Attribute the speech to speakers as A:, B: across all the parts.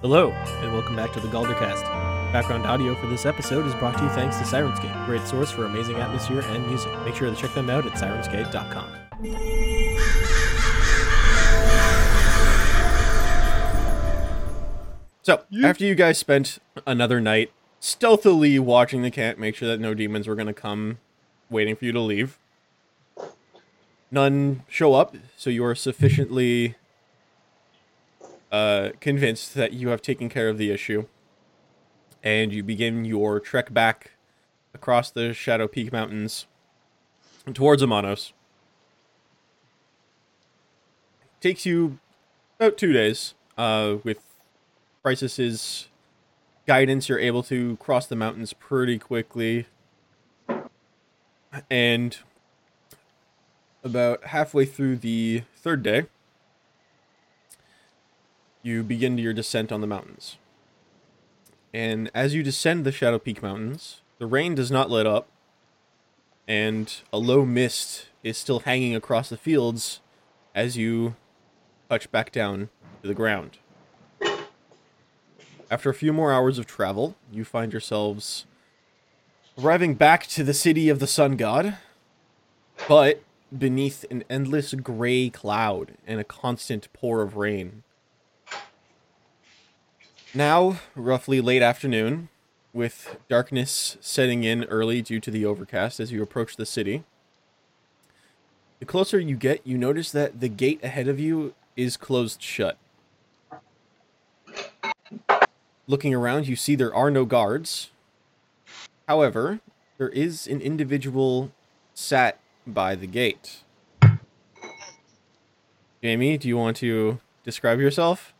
A: Hello, and welcome back to the Galdercast. Background audio for this episode is brought to you thanks to Sirenscape, great source for amazing atmosphere and music. Make sure to check them out at sirenscape.com. So, after you guys spent another night stealthily watching the camp, make sure that no demons were going to come waiting for you to leave, none show up, so you are sufficiently uh, convinced that you have taken care of the issue, and you begin your trek back across the Shadow Peak Mountains towards Amanos. Takes you about two days. Uh, with Crisis' guidance, you're able to cross the mountains pretty quickly, and about halfway through the third day, you begin your descent on the mountains. And as you descend the Shadow Peak Mountains, the rain does not let up, and a low mist is still hanging across the fields as you touch back down to the ground. After a few more hours of travel, you find yourselves arriving back to the city of the sun god, but beneath an endless gray cloud and a constant pour of rain. Now, roughly late afternoon, with darkness setting in early due to the overcast as you approach the city. The closer you get, you notice that the gate ahead of you is closed shut. Looking around, you see there are no guards. However, there is an individual sat by the gate. Jamie, do you want to describe yourself?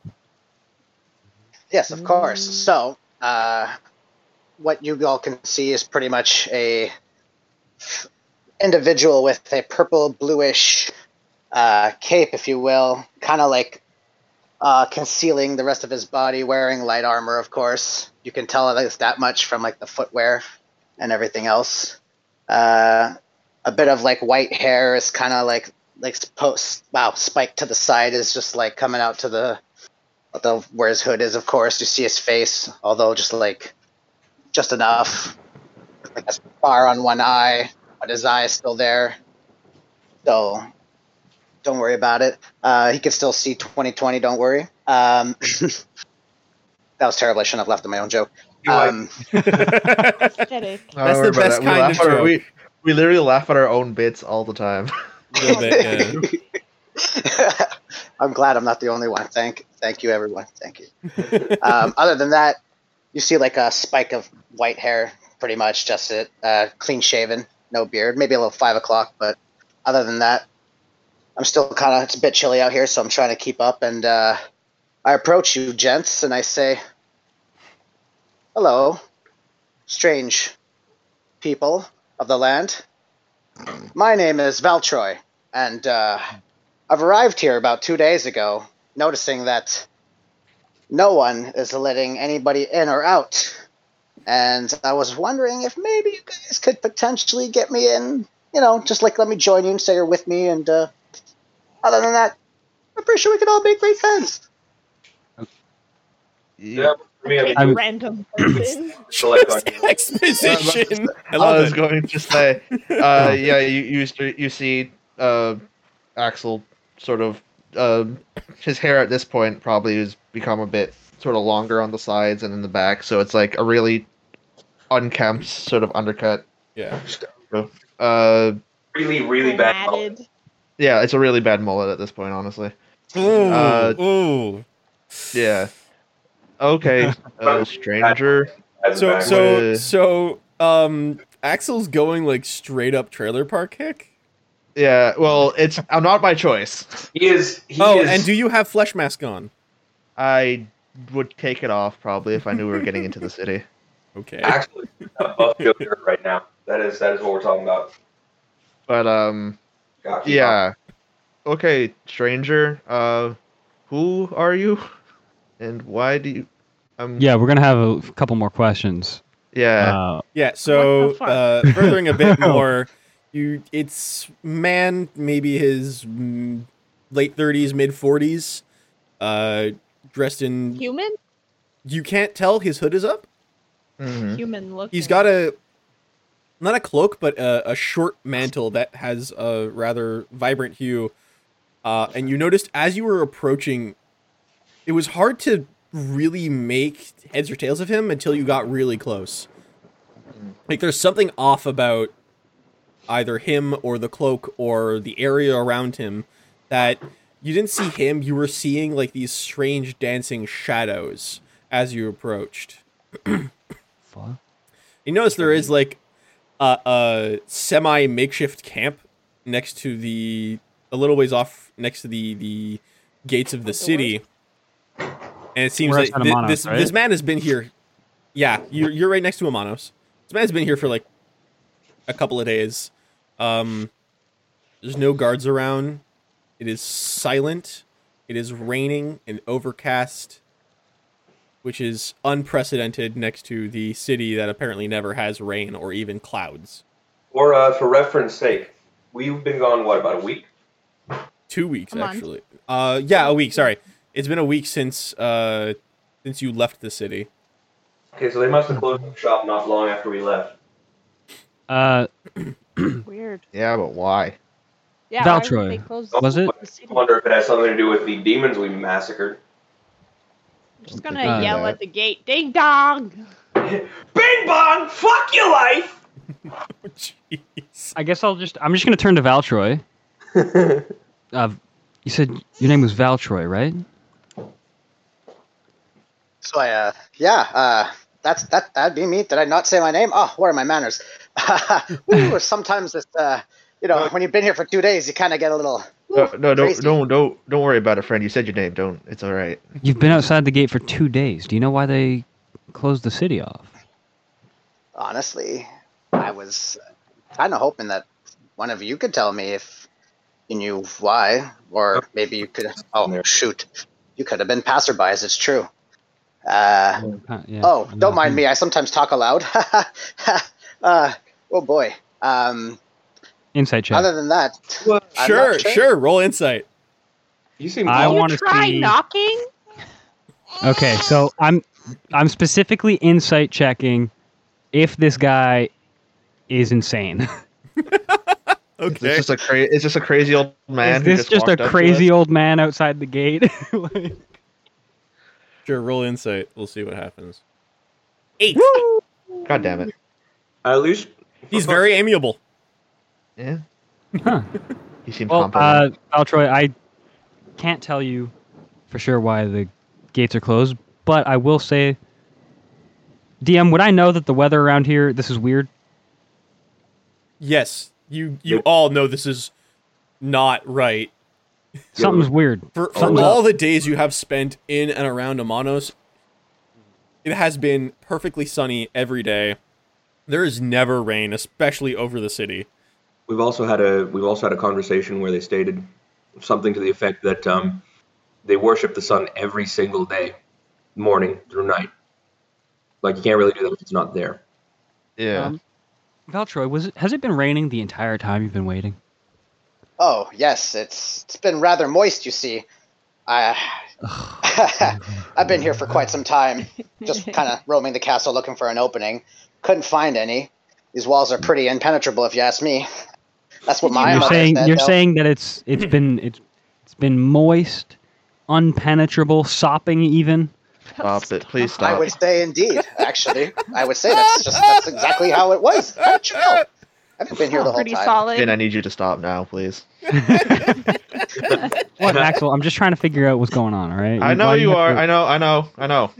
B: Yes, of course. So, uh, what you all can see is pretty much a individual with a purple bluish uh, cape, if you will, kind of like uh, concealing the rest of his body, wearing light armor. Of course, you can tell that it's that much from like the footwear and everything else. Uh, a bit of like white hair is kind of like like post wow spiked to the side is just like coming out to the the where his hood is, of course, you see his face, although just like just enough. Like a scar on one eye, but his eye is still there. So don't worry about it. Uh, he can still see 2020, don't worry. Um, that was terrible. I shouldn't have left on my own joke. Um,
C: Headache.
D: No,
A: That's
D: don't worry
A: the
D: about
A: best kind
D: that. we
A: of
D: laugh at our-
A: joke.
D: we, we literally laugh at our own bits all the time.
A: Little bit, yeah.
B: I'm glad I'm not the only one. Thank, thank you, everyone. Thank you. um, other than that, you see like a spike of white hair, pretty much just it. Uh, clean shaven, no beard, maybe a little five o'clock, but other than that, I'm still kind of it's a bit chilly out here, so I'm trying to keep up. And uh, I approach you, gents, and I say, "Hello, strange people of the land. My name is Valtroy, and uh, I've arrived here about two days ago, noticing that." no one is letting anybody in or out. And I was wondering if maybe you guys could potentially get me in. You know, just like let me join you and say you're with me. And uh, other than that, I'm pretty sure we could all be great friends.
D: Yeah.
C: Pick
E: I
C: a
E: was-
C: random person.
A: Just uh, exposition. I
D: I,
A: love
D: was
A: it.
D: going to say, uh, yeah, you you, s- you see uh, Axel sort of uh, his hair at this point probably has become a bit sort of longer on the sides and in the back, so it's like a really unkempt sort of undercut.
A: Yeah.
D: Uh,
E: really, really bad.
C: Matted.
D: yeah, it's a really bad mullet at this point, honestly.
A: Ooh,
D: Uh,
A: ooh.
D: Yeah. Okay, uh, stranger.
E: That's
A: So
E: bad.
A: so
D: Uh,
A: so um Axel's going like straight up trailer park kick.
D: Yeah, well, it's I'm not by choice.
E: he is. He
A: oh,
E: is,
A: and do you have flesh mask on?
D: I would take it off probably if I knew we were getting into the city.
A: Okay.
E: actually a buff Joker right now. That is that is what we're talking about.
D: But um
E: Gotcha.
D: yeah. Okay, stranger, uh who are you? And why do you I'm
F: Yeah, we're gonna have a f- couple more questions.
D: yeah.
F: Uh,
A: Yeah, so
C: What the fuck?
A: uh furthering a bit more, you it's man maybe his mm, late 30s mid 40s uh dressed in
C: Human?
A: You can't tell his hood is up.
D: Mhm.
C: Human looking.
A: Hmm? He's got a not a cloak, but a, a short mantle that has a rather vibrant hue. Uh, and you noticed as you were approaching, it was hard to really make heads or tails of him until you got really close. Like there's something off about either him or the cloak or the area around him that you didn't see him. You were seeing like these strange dancing shadows as you approached.
F: Fuck.
A: You notice there is like a, a semi makeshift camp next to the a little ways off next to the the gates of the
C: Like the
A: city, and it seems
F: We're
A: like
F: outside of
A: thi-
F: Manos,
A: this
F: right?
A: this man has been here. Yeah, you're you're right next to Amanos. This man's been here for like a couple of days. Um, there's no guards around. It is silent. It is raining and overcast which is unprecedented next to the city that apparently never has rain or even clouds.
E: Or uh, for reference sake, we've been gone what about a week?
A: Two weeks
C: A month.
A: actually. Uh yeah, a week, sorry. It's been a week since uh since you left the city.
E: Okay, so they must have closed the shop not long after we left.
F: Uh,
C: Weird.
D: Yeah, but why?
C: Yeah. why would
F: Valtroy.
C: they close
F: Was it?
C: the city?
E: I wonder if it has something to do with the demons we massacred.
C: I'm just gonna
F: Uh,
C: yell at the gate, ding dong.
E: Bing bong, fuck your life.
A: Jeez.
F: I guess I'll just. I'm just gonna turn to Valtroy. Uh, you said your name was Valtroy, right?
B: So I, uh, yeah, uh, that's that. That'd be me. Did I not say my name? Oh, where are my manners? Ooh, sometimes it's, uh, you know, when you've been here for two days, you kind of get a little.
D: No, no, don't,
B: crazy.
D: don't, don't, don't worry about it, friend. You said your name. Don't. It's all right.
F: You've been outside the gate for two days. Do you know why they closed the city off?
B: Honestly, I was kind of hoping that one of you could tell me if you knew why, or maybe you could. Oh shoot, you could have been passerbys. It's true. Uh,
F: Uh, yeah.
B: Oh, don't mind me. I sometimes talk aloud. uh, oh boy. Um,
F: Insight check.
B: Other than that,
E: Well,
B: I'm not
A: Sure, sure, roll insight.
E: You seem
F: I
C: Did you
F: wanna
C: try
F: see-
C: knocking.
F: Okay, so I'm I'm specifically insight checking if this guy is insane.
D: It's just a cra- It's just a crazy old man.
F: is
D: who
F: this just,
D: walked
F: a
D: up to
F: crazy
D: us?
F: old man outside the gate? Like,
A: Sure, roll insight. We'll see what happens. Eight.
D: God damn it.
E: At least
A: He's very amiable.
D: Yeah.
F: huh.
D: You seem
F: Well,
D: confident.
F: uh, Altroy, I can't tell you for sure why the gates are closed, but I will say, DM, would I know that the weather around here this is weird?
A: Yes. You you all know this is not right.
F: Something's weird.
A: For, for
F: Thumbs
A: all the days you have spent in and around Amanos, it has been perfectly sunny every day. There is never rain, especially over the city.
E: We've also had a we've also had a conversation where they stated something to the effect that um, they worship the sun every single day, morning through night. Like you can't really do that if it's not there.
D: yeah.
F: um, Valtroy, was it, has it been raining the entire time you've been waiting?
B: oh yes, it's it's been rather moist. You see, I I've been here for quite some time, just kind of roaming the castle looking for an opening. Couldn't find any. These walls are pretty impenetrable, if you ask me. That's what my
F: you're
B: mother
F: saying
B: said,
F: you're
B: though.
F: saying that it's it's been it's it's been moist, unpenetrable, sopping even.
D: Stop it. Please
B: I
D: stop.
B: would say indeed. Actually, I would say that's just that's exactly how it was. Oh, chill. I haven't been here the whole
C: Pretty
B: time.
C: solid.
D: Finn, I need you to stop now, please.
F: What, Maxwell? I'm just trying to figure out what's going on. All right.
D: I know
F: Why
D: you
F: have
D: are.
F: to-
D: I know. I know. I know.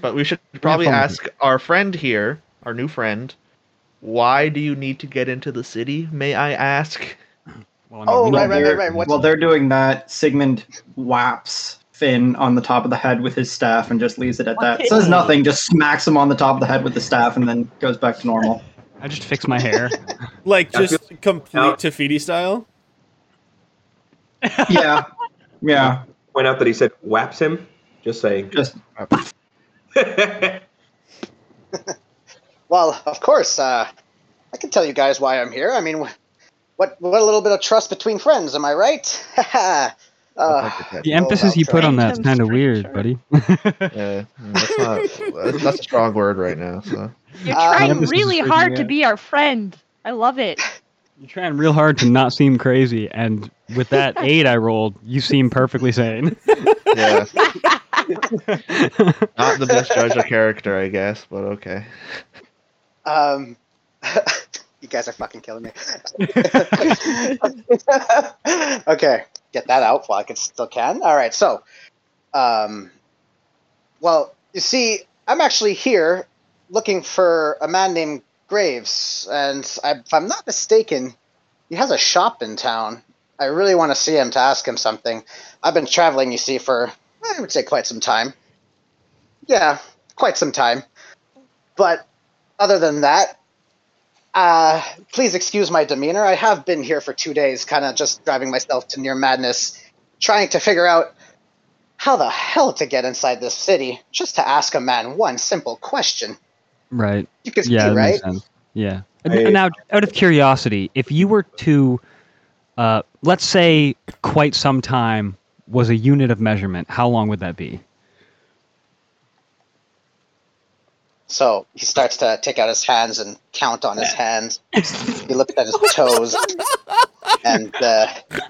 D: But we should probably
F: fun with
D: ask our friend here, our new friend, why do you need to get into the city? May I ask?
F: Well, I mean,
B: Oh
F: we know
B: right, right,
F: you're-
B: right, right. What's
G: While they're doing that, Sigmund whaps Finn on the top of the head with his staff and just leaves it at that. Says nothing, just smacks him on the top of the head with the staff and then goes back to normal.
F: I just fixed my hair.
A: Like
E: I
A: just complete
E: out.
A: Tafiti style.
G: Yeah. Yeah.
E: Point out that he said whaps him. Just saying.
G: Just
B: Well, of course, uh, I can tell you guys why I'm here. I mean, wh- what what a little bit of trust between friends, am I right? Uh,
D: Protect your
F: The
B: Well,
F: emphasis
B: I'll
F: you put
C: try.
F: on that's kind of weird, buddy.
C: Phantom
D: pet. Yeah, that's not that's, that's a strong word right now. So
C: You're
B: Uh,
C: trying
F: Campus is
C: really
F: freaking
C: hard to
F: out.
C: be our friend. I love it.
F: You're trying real hard to not seem crazy, and with that eight I rolled, you seem perfectly sane.
D: yeah, not the best judge of character, I guess, but okay.
B: Um, you guys are fucking killing me. okay, get that out while I can still can. All right, so, um, well, you see, I'm actually here looking for a man named Graves, and I, if I'm not mistaken, he has a shop in town. I really want to see him to ask him something. I've been traveling, you see, for I would say quite some time. Yeah, quite some time. But other than that, uh, please excuse my demeanor. I have been here for two days, kind of just driving myself to near madness, trying to figure out how the hell to get inside this city just to ask a man one simple question.
F: right.
B: You can
F: Yeah,
B: see,
F: that
B: right?
F: makes sense. Yeah.
E: I-
F: And now, out of curiosity, if you were to, uh, let's say, quite some time was a unit of measurement, how long would that be?
B: So he starts to take out his hands and count on his hands. He looks at his toes and uh,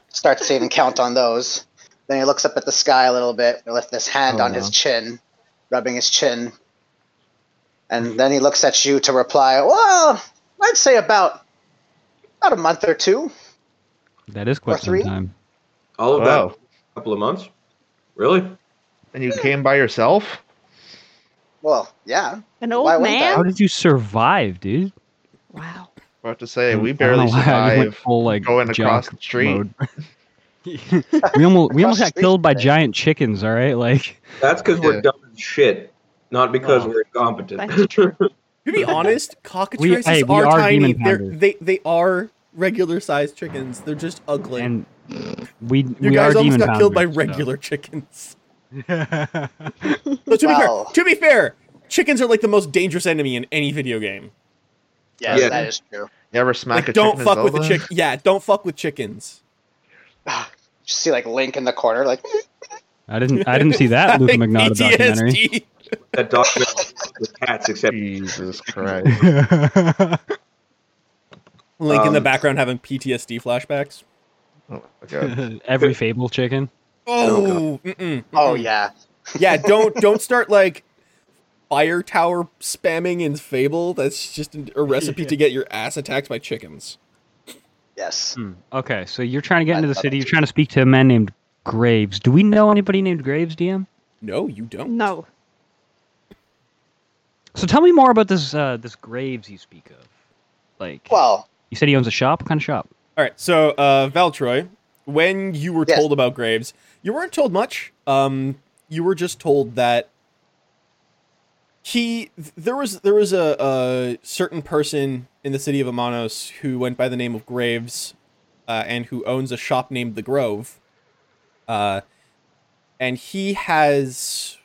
B: starts to even count on those. Then he looks up at the sky a little bit with his hand
D: Oh,
B: on his
D: no.
B: chin, rubbing his chin. And then he looks at you to reply, Well, I'd say about about a month or two.
F: That is quite some
B: three?
F: time.
E: All of that,
D: Wow,
E: a couple of months. Really?
D: and you came by yourself?
B: Well, yeah.
C: An
B: Why
C: old
B: wouldn't I?
F: How
C: man?
F: did you survive, dude?
C: Wow.
D: About to say we
F: I don't know
D: barely
F: why I just went
D: survive.
F: full, like,
D: going across
F: jock
D: the street.
F: mode. we almost we
B: Across
F: almost
B: the
F: got
B: street
F: killed by
B: today.
F: giant chickens. All right, like
E: That's because
D: Yeah.
E: we're dumb as shit, not because
F: Oh.
E: we're incompetent.
C: That's true.
A: To be honest, cockatrices
F: hey, we
A: are,
F: are
A: tiny.
F: demon
A: They're,
F: pounders.
A: they they are regular sized chickens. They're just ugly.
F: and we
A: you
F: we
A: guys
F: are
A: almost
F: demon
A: got killed by
F: pounders, so.
A: regular chickens. So to
B: Wow.
A: be fair, to be fair, chickens are like the most dangerous enemy in any video game.
B: Yes,
E: Yeah.
B: that is true.
D: You ever smack
A: like
D: a
A: don't
D: chicken in
A: fuck with a
D: Zelda?
A: chick. Yeah, don't fuck with chickens.
B: You see, like, Link in the corner, like,
F: I didn't I didn't see that Luca Magnotta documentary.
A: PTSD.
E: that documentary with cats, except
D: Jesus Christ!
A: Link in the
E: Um,
A: background having PTSD flashbacks.
D: Oh my god!
F: Every fable chicken.
A: Oh, mm-mm, mm-mm.
B: oh, yeah.
A: yeah. Don't don't start like fire tower spamming in Fable. That's just a recipe to get your ass attacked by chickens.
B: Yes.
F: Hmm, Okay, so you're trying to get
B: I
F: into the
B: thought
F: city.
B: it
F: You're trying to speak to a man named Graves. Do we know anybody named Graves, DM?
A: No, you don't.
C: No.
F: So tell me more about this uh, this Graves you speak of. Like
B: Well,
F: you said, he owns a shop. What kind of shop?
A: All right. So, uh, Valtroy, when you were
B: Yes.
A: told about Graves, you weren't told much. Um, you were just told that he th- there was there was a, a certain person in the city of Amanos who went by the name of Graves, uh, and who owns a shop named the Grove. Uh, and he has,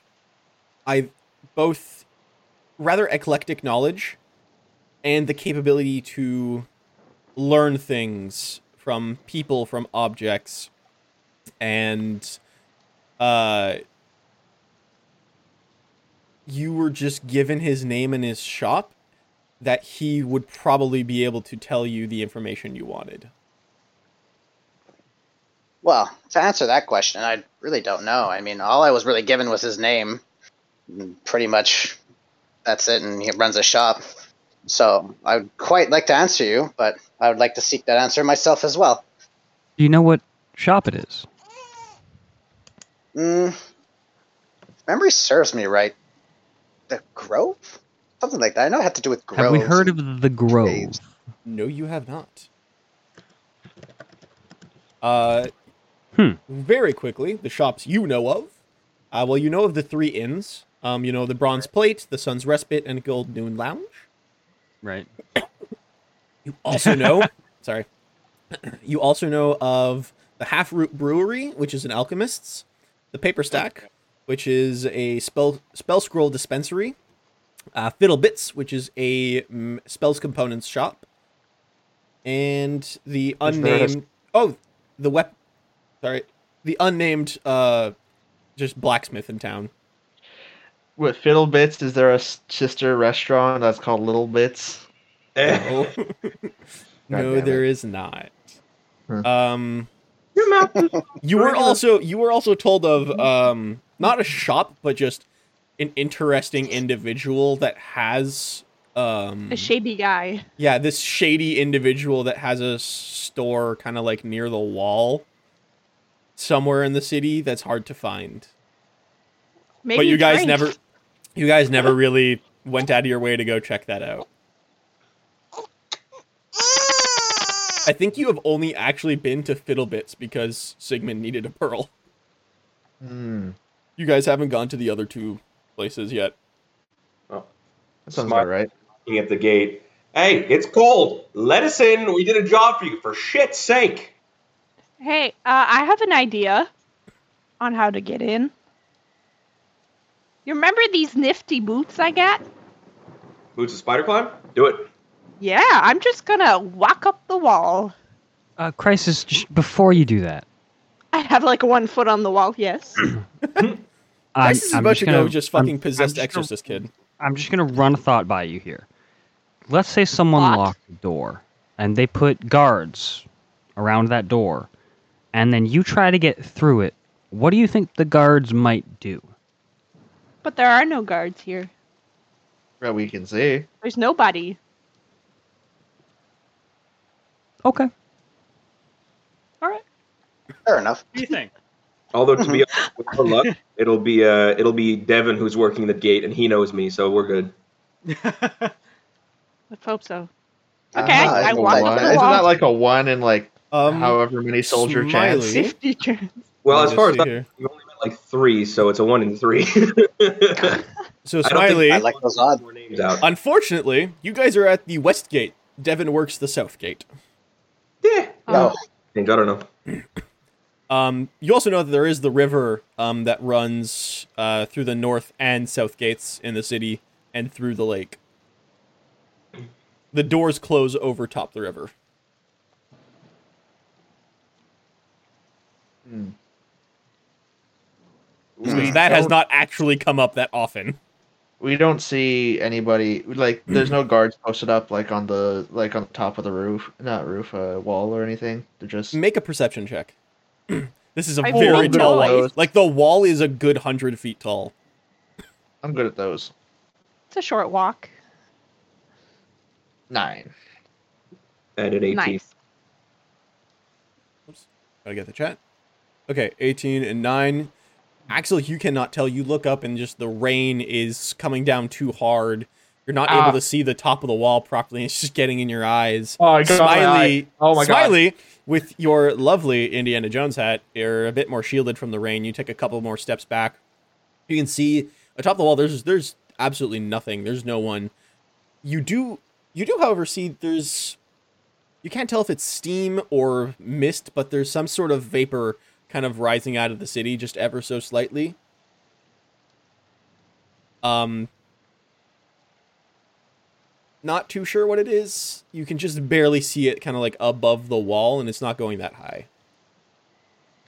A: I both rather eclectic knowledge and the capability to learn things from people, from objects, and uh, you were just given his name and his shop that he would probably be able to tell you the information you wanted.
B: Well, to answer that question, I really don't know. I mean, all I was really given was his name. And Pretty much, that's it, and he runs a shop. So I would quite like to answer you, but I would like to seek that answer myself as well.
F: Do you know what shop it is?
B: Mm. If memory serves me right. The Grove? Something like that. I know it had to do with Grove.
F: Have we heard of the Grove?
B: Graves.
A: No, you have not. Uh,
F: Hmm.
A: Very quickly, the shops you know of. Uh, well, you know of the three inns. Um, you know the Bronze Plate, the Sun's Respite, and Gold Noon Lounge.
F: Right.
A: You also know, sorry, you also know of the Half Root Brewery, which is an alchemist's, the Paper Stack, which is a spell spell scroll dispensary, uh, Fiddle Bits, which is a mm, spells components shop, and the
D: Is there a-
A: unnamed. Oh, the wep. Sorry, the unnamed uh just blacksmith in town.
D: With Fiddle Bits, is there a s- sister restaurant that's called Little Bits?
A: No,
D: damn
A: no
D: it.
A: there is not.
D: Huh.
A: Um
E: Your mouth is
A: you were also you were also told of um not a shop but just an interesting individual that has um
F: Hmm.
C: A shady guy.
A: yeah this shady individual that has a store kind of like near the wall somewhere in the city that's hard to find
C: Maybe
A: but you guys
C: drink.
A: never you guys never really went out of your way to go check that out i think you have only actually been to fiddlebits because sigmund needed a pearl
D: Hmm.
A: you guys haven't gone to the other two places yet
D: That sounds
E: Smart.
D: about right.
E: looking at the gate. Hey, it's cold. Let us in. We did a job for you, for shit's sake.
C: Hey, uh, I have an idea on how to get in. You remember these nifty boots I got?
E: Boots of spider climb. Do it.
C: Yeah, I'm just gonna walk up the wall.
F: Uh, Crisis, sh- before you do that,
C: I have like one foot on the wall, yes.
F: I'm,
A: Crisis is
F: I'm
A: about
F: just
A: to
F: gonna,
A: go just
F: I'm-
A: fucking possessed
F: just gonna-
A: exorcist kid.
F: I'm just gonna run a thought by you here. Let's say someone
C: Thought?
F: locked the door and they put guards around that door, and then you try to get through it. What do you think the guards might do?
C: but there are no guards here.
D: That we can see.
C: There's nobody.
F: Okay. What
B: Fair enough.
F: do you think?
E: Although to be honest, with our luck, it'll be uh, it'll be Devin who's working the gate, and he knows me, so we're good.
C: Let's hope so.
B: Uh,
C: Okay, I-
B: it's
C: I
B: a
C: walk
B: light
C: up
D: One-
C: the
D: Isn't
C: wall.
D: that like a one in like
A: Um,
D: however many soldier chance?
A: Smiley.
C: Safety turn.
E: Well,
A: Let me
E: as far as
A: just
E: I,
A: see here.
E: we've only met like three, so it's a one in three.
A: so
E: I don't think-
A: Smiley,
B: I like those odds.
E: More names out.
A: unfortunately, you guys are at the west gate. Devin works the south gate.
E: Yeah.
B: No.
E: Change. I don't know.
A: Um, you also know that there is the river um, that runs uh, through the north and south gates in the city and through the lake. The doors close over top the river.
D: Hmm.
A: Because that has not actually come up that often.
D: We don't see anybody like there's no guards posted up like on the like on the top of the roof, not roof, uh, wall or anything. They're just
A: Make a perception check. this is a
C: I
A: very
C: rolled
A: tall
C: a
A: wall.
D: lot.
A: Like the wall is a good hundred feet tall.
D: I'm good at those.
C: It's a short walk.
D: Nine.
E: And an eighteen.
C: Nice.
A: Gotta get the chat. Okay, 18 and 9. Axel, you cannot tell. You look up and just the rain is coming down too hard. You're not
D: Ah.
A: able to see the top of the wall properly. It's just getting in your eyes.
D: Oh, I
A: Smiley,
D: Oh my god.
A: Smiley, with your lovely Indiana Jones hat, you're a bit more shielded from the rain. You take a couple more steps back. You can see atop the wall. There's there's absolutely nothing. There's no one. You do you do, however, see there's you can't tell if it's steam or mist, but there's some sort of vapor kind of rising out of the city, just ever so slightly. Um, not too sure what it is. You can just barely see it kind of like above the wall, and it's not going that high.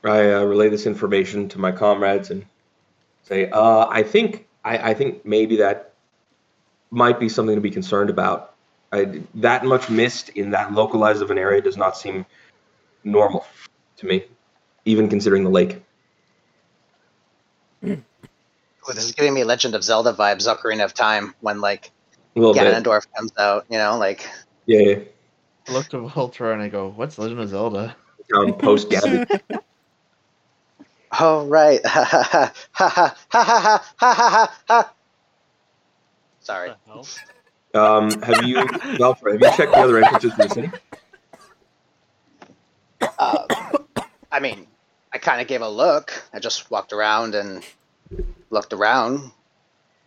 E: I uh, relay this information to my comrades and say, uh, I think I, I think maybe that might be something to be concerned about. I, that much mist in that localized of an area does not seem normal to me, even considering the lake.
B: Ooh, this is giving me Legend of Zelda vibes, Ocarina of Time, when like
E: A little bit.
B: Ganondorf comes out. You know, like
E: Yeah, yeah.
D: I looked at Voltron and I go, "What's Legend of Zelda?"
E: Town post gathered.
B: oh right, ha ha ha ha ha ha ha ha ha. Sorry.
E: Um, have you, Valfra, have you checked the other entrances to the city?
B: Uh, I mean, I kind of gave a look. I just walked around and looked around.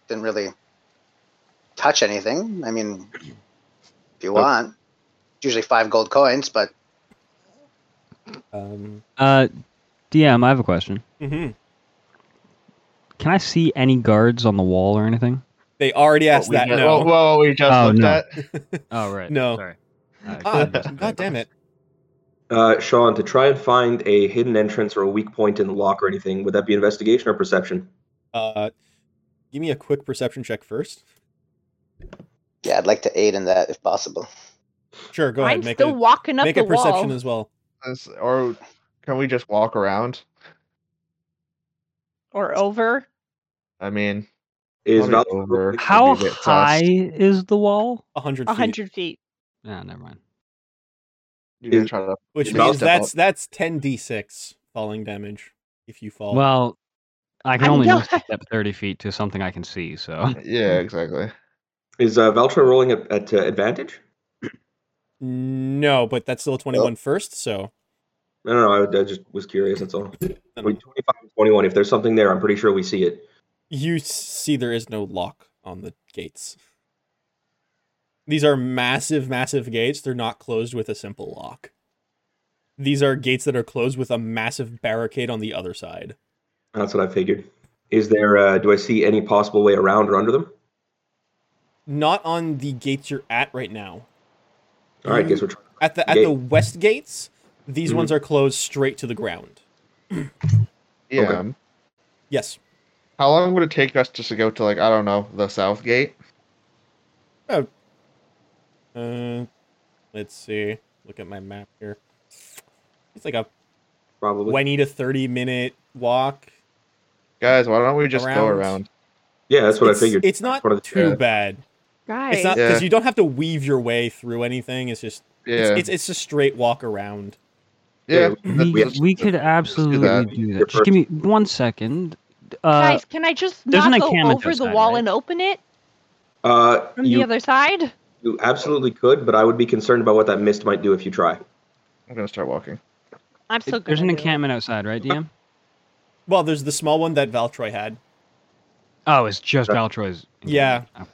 B: Didn't really touch anything. I mean, if you
E: Okay.
B: want, it's usually five gold coins, but
A: Um,
F: Uh, DM, I have a question.
A: mhm.
F: Can I see any guards on the wall or anything?
A: They already asked
D: What
A: that.
D: we ju-
A: No,
D: Well, well, we just
F: Oh,
D: looked
F: no.
D: at.
F: Oh right.
A: No.
F: Sorry.
A: Ah, God damn it.
E: uh, Sean, to try and find a hidden entrance or a weak point in the lock or anything, would that be investigation or perception?
A: Uh, give me a quick perception check first.
B: Yeah, I'd like to aid in that if possible.
A: Sure, go
C: I'm
A: ahead. Make
C: still
A: a
C: walking up
A: make
C: the
A: a perception
C: wall.
A: as well.
D: This- or can we just walk around?
C: or over.
D: I mean,
E: Is
D: Probably
E: val-
D: over.
E: Would
D: How
F: How
E: be-
D: get tossed.
F: high is the wall?
A: A hundred
C: A
A: feet,
C: hundred feet.
F: Ah, never mind.
D: you're gonna
E: Is-
D: try to.
A: which
E: is
A: means
E: Val's
A: that's that's ten d six falling damage if you fall.
F: Well, I can
C: I
F: only
C: know-
F: move step thirty feet to something I can see. So
D: Yeah, exactly.
E: Is uh, Valtra rolling at, at uh, advantage?
A: no, but that's still a 21 first, so
E: No, no, I, I just was curious. That's all.
A: I don't
E: Wait,
A: know.
E: 25 and 21. If there's something there, I'm pretty sure we see it.
A: you see there is no lock on the gates. These are massive, massive gates. They're not closed with a simple lock. These are gates that are closed with a massive barricade on the other side.
E: That's what I figured. Is there? Uh, do I see any possible way around or under them?
A: Not on the gates you're at right now.
E: All right,
A: You-
E: guess we're trying.
A: at the at
E: Gate.
A: the west gates, these
E: Mhm.
A: ones are closed straight to the ground.
D: Yeah.
E: Okay.
D: um,
A: Yes.
D: How long would it take us just to go to like I don't know the south gate?
A: Uh, let's see. Look at my map here. It's like a
E: Probably.
A: 20 to 30 minute walk.
D: Guys, why don't we just go
A: Around.
D: around?
E: yeah, that's what
A: it's,
E: I figured.
A: It's not
E: One of the-
A: too
E: yeah.
A: bad.
C: Guys,
A: It's not because
D: Yeah.
A: you don't have to weave your way through anything. It's just
D: Yeah.
A: it's, it's it's just straight walk around.
D: yeah.
F: we,
E: we
F: we,
E: have to-
F: could absolutely
D: that.
F: do
E: You're
F: that. Just give me one second. Uh,
C: guys, can I just
F: there's an
C: not go
F: encampment
C: over the
F: outside,
C: wall
F: right?
C: and open it
E: Uh,
C: from
E: you
C: the other side?
E: you absolutely could, but I would be concerned about what that mist might do if you try.
D: I'm gonna start walking.
C: I'm still good.
F: there's an encampment outside, right, DM?
A: Well, there's the small one that Valtroy had.
F: Oh, it's just
E: Yeah.
F: Valtroy's. encampment.
A: Yeah.
F: Oh.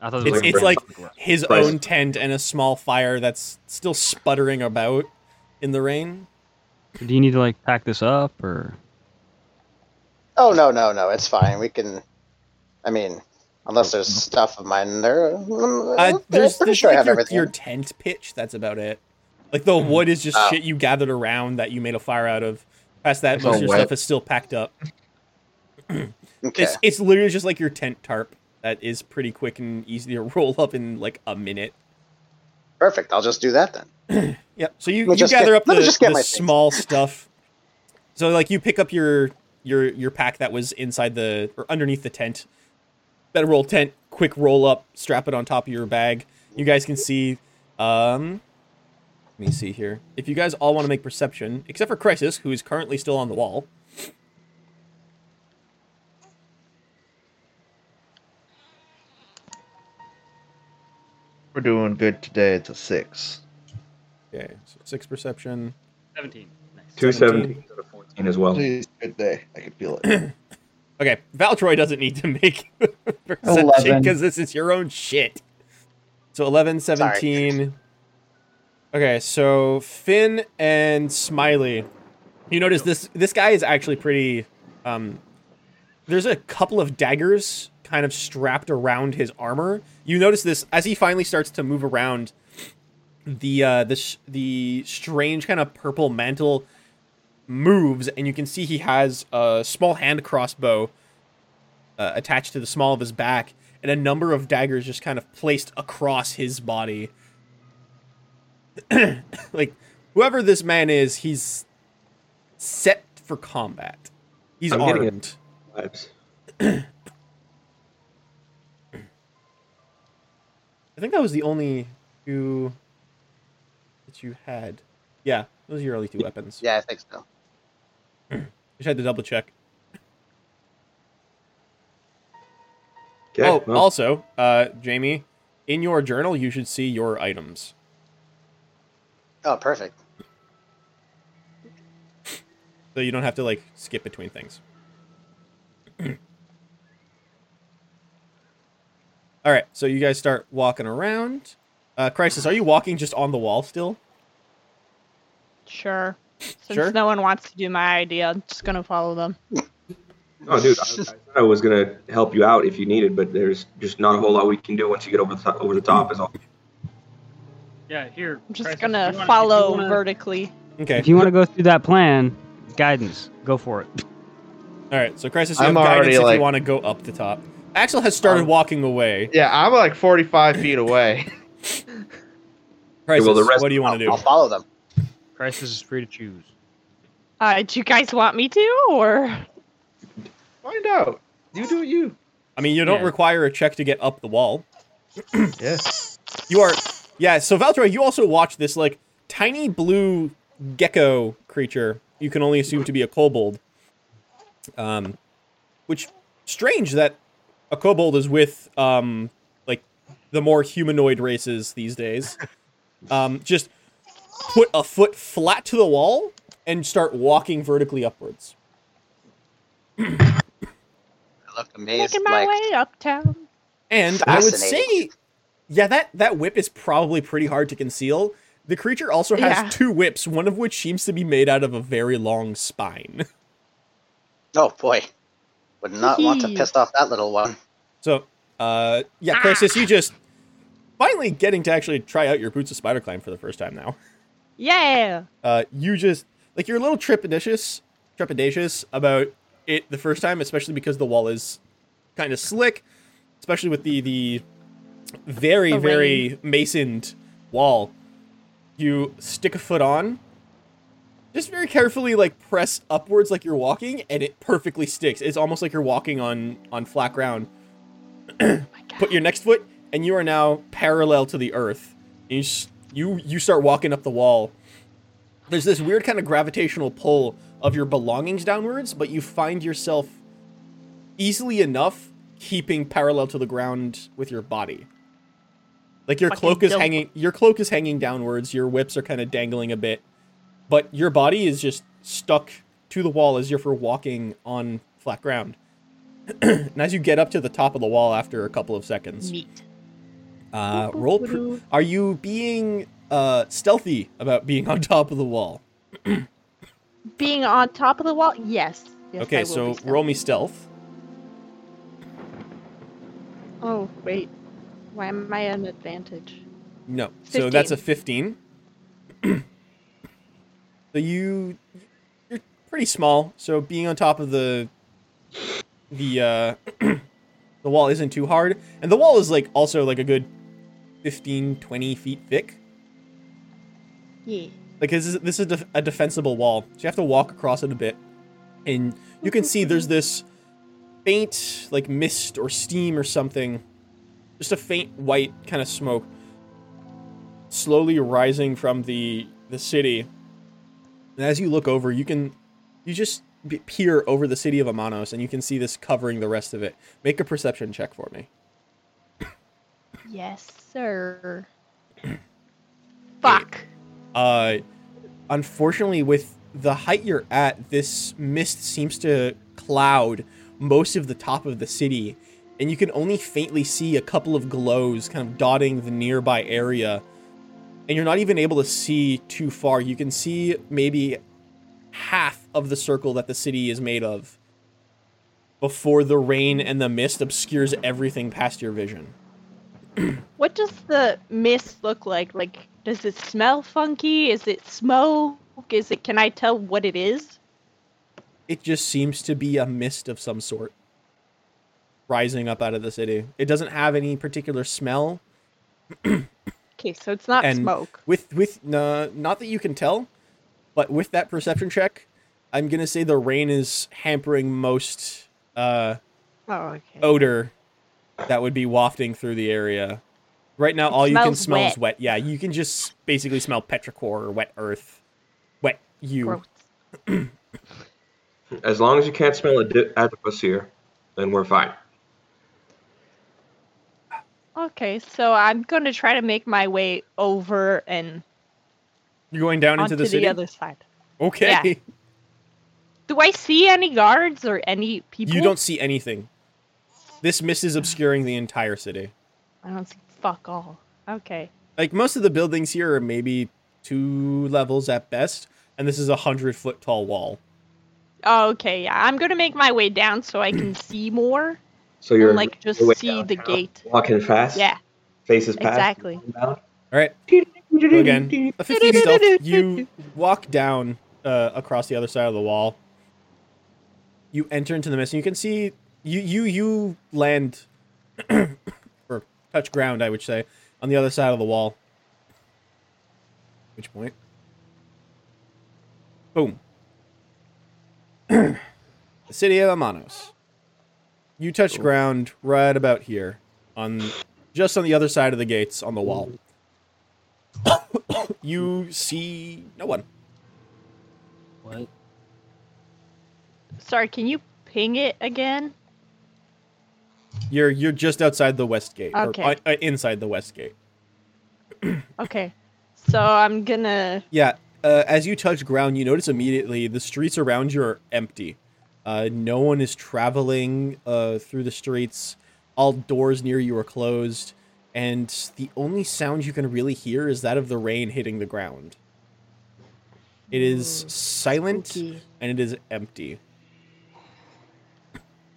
F: I thought it
A: It's
F: was
A: it's like
F: like,
A: his
E: Price.
A: own tent and a small fire that's still sputtering about in the rain.
F: do you need to like pack this up or?
B: Oh no, no, no, it's fine. We can. I mean, unless there's stuff of mine there,
A: Mm-hmm.
B: mm,
A: Uh,
B: I'm
A: there's
B: pretty
A: there's
B: sure I
A: like
B: have
A: your,
B: everything.
A: your tent pitch. That's about it. Like
E: Mm-hmm.
A: the wood is just
B: Oh.
A: shit you gathered around that you made a fire out of. Past that,
D: It's
A: most
D: all
A: of your
D: wet.
A: stuff is still packed up.
B: Okay.
A: It's it's literally just like your tent tarp that is pretty quick and easy to roll up in like a minute.
B: Perfect. I'll just do that then.
A: Yep. So you,
B: Let me
A: you
B: just
A: gather
B: get-
A: up
B: let
A: the,
B: me just get
A: the
B: my things.
A: small stuff. So like you pick up your your your pack that was inside the or underneath the tent. Better roll tent, quick roll up, strap it on top of your bag. You guys can see um let me see here. If you guys all want to make perception, except for Crisis, who is currently still on the wall.
D: We're doing good today. It's a six.
A: Okay, so six perception.
F: Seventeen.
E: Two
A: 17.
E: seventeen out of fourteen as well.
D: Today's a good day. I can feel it.
A: Okay, Valtroy doesn't need to make perception
G: 11.
A: because this is your own shit. So 11, 17. Okay, so Finn and Smiley. You notice this this guy is actually pretty um there's a couple of daggers kind of strapped around his armor. You notice this as he finally starts to move around the uh the sh- the strange kind of purple mantle moves and you can see he has a small hand crossbow uh, attached to the small of his back and a number of daggers just kind of placed across his body like whoever this man is he's set for combat he's
E: I'm getting it.
A: armed
E: Vibes.
A: i think that was the only two that you had yeah those are your only two weapons
B: Yeah, I think so.
A: just had to double check
E: Okay.
A: oh,
E: well,
A: also, uh, Jamie, in your journal, you should see your items.
B: Oh, perfect.
A: So you don't have to, like, skip between things. All right, so you guys start walking around. Uh, Crisis, are you walking just on the wall still?
C: Sure. Since
A: Sure.
C: no one wants to do my idea, I'm just gonna follow them.
E: oh, dude, I, I thought I was gonna help you out if you needed, but there's just not a whole lot we can do once you get over the top, over the top. Is all.
H: Yeah, here.
C: I'm
H: Crisis,
C: just
H: if
C: gonna
H: you wanna- if you
C: follow
H: wanna-
C: vertically.
A: Okay.
F: If you want to go through that plan, guidance, go for it.
A: All right. So Crisis, you
D: I'm
A: have guidance
D: already,
A: if you
D: like-
A: want to go up the top. Axel has started
D: Um,
A: walking away.
D: Yeah, I'm like 45 feet away.
A: Crisis,
E: well, the rest-
A: what do you want to do?
B: I'll follow them.
H: Crisis is free to choose.
C: Uh, do you guys want me to, or
D: Find out. You do you.
A: I mean, you don't
H: Yeah.
A: require a check to get up the wall.
D: Yeah.
A: You are, yeah. So Valtroy, you also watch this like tiny blue gecko creature. You can only assume to be a kobold. Um, which strange that a kobold is with um like the more humanoid races these days. Um, just put a foot flat to the wall and start walking vertically upwards.
B: I look amazed.
C: making my
B: like,
C: way uptown?
A: And I would say,
B: Fascinating.
A: yeah, that that whip is probably pretty hard to conceal. The creature also has
C: Yeah.
A: two whips, one of which seems to be made out of a very long spine.
B: oh boy, would not want to
C: Hee.
B: piss off that little one.
A: So, uh, yeah, Crisis, you just finally getting to actually try out your boots of spider climb for the first time now.
C: Yeah.
A: Uh, you just like you're a little trepidatious, trepidatious about it the first time, especially because the wall is kind of slick, especially with the the very
C: The
A: very masoned wall. You stick a foot on, just very carefully, like press upwards like you're walking, and it perfectly sticks. It's almost like you're walking on on flat ground. Put your next foot, and you are now parallel to the earth. And you s- you you start walking up the wall there's this weird kind of gravitational pull of your belongings downwards, but you find yourself easily enough keeping parallel to the ground with your body. Like your
C: Fucking
A: cloak is
C: dope.
A: hanging your cloak is hanging downwards, your whips are kind of dangling a bit, but your body is just stuck to the wall as if you're walking on flat ground. and as you get up to the top of the wall after a couple of seconds,
C: Neat.
A: uh, roll. Pr- are you being uh, stealthy about being on top of the wall?
C: Being on top of the wall. Yes. Yes, I
A: okay,
C: will
A: so
C: be stealthy.
A: roll me stealth.
C: Oh wait, why am I at an advantage?
A: No, so that's a fifteen. so you, you're pretty small. So being on top of the, the, uh, the wall isn't too hard, and the wall is like also like a good 15, 20 feet thick.
C: Yeah.
A: Like this is this is def- a defensible wall, so you have to walk across it a bit, and you can see there's this faint like mist or steam or something, just a faint white kind of smoke, slowly rising from the the city. And as you look over, you can you just be- peer over the city of Amanos, and you can see this covering the rest of it. Make a perception check for me.
C: Yes, sir. Fuck.
A: Uh, unfortunately, with the height you're at, this mist seems to cloud most of the top of the city, and you can only faintly see a couple of glows kind of dotting the nearby area. And you're not even able to see too far. You can see maybe half of the circle that the city is made of before the rain and the mist obscures everything past your vision.
C: What does the mist look like? Like, does it smell funky? Is it smoke? Is it? Can I tell what it is?
A: it just seems to be a mist of some sort rising up out of the city. It doesn't have any particular smell
C: Okay, so it's not
A: And-
C: smoke.
A: with with uh, not that you can tell, but with that perception check, I'm gonna say the rain is hampering most uh,
C: Oh, okay.
A: odor that would be wafting through the area. Right now,
C: It
A: all you can
C: smells
A: smell is wet. Yeah, you can just basically smell petrichor or wet earth, wet you.
C: Gross.
E: As long as you can't smell a di- adipose here, then we're fine.
C: Okay, so I'm gonna try to make my way over and
A: You're going down
C: onto
A: into
C: the,
A: the city.
C: other side.
A: okay,
C: yeah. Do I see any guards or any people?
A: you don't see anything. This mist is obscuring the entire city.
C: I don't see fuck all. Okay.
A: like most of the buildings here are maybe two levels at best and this is a hundred foot tall wall
C: Oh, okay, yeah. I'm gonna make my way down so I can see more
E: So you're
C: and like just
E: way
C: see the
E: downtown,
C: gate.
E: walking fast.
C: Yeah,
E: faces past.
C: exactly.
E: inbound.
A: all right So again, a 15 stealth, you walk down uh, across the other side of the wall. You enter into the mist, and you can see you you you land or touch ground, I would say, on the other side of the wall. Which point? Boom. the city of Amanos. You touch ground right about here, on just on the other side of the gates on the wall. you see no one.
H: What?
C: Sorry, can you ping it again?
A: You're you're just outside the west gate,
C: Okay.
A: or uh, uh, inside the west gate.
C: Okay. So I'm gonna.
A: Yeah. Uh, as you touch ground, you notice immediately the streets around you are empty. Uh, no one is traveling uh, through the streets. All doors near you are closed, and the only sound you can really hear is that of the rain hitting the ground. It is
C: Ooh,
A: silent
C: spooky.
A: and it is empty.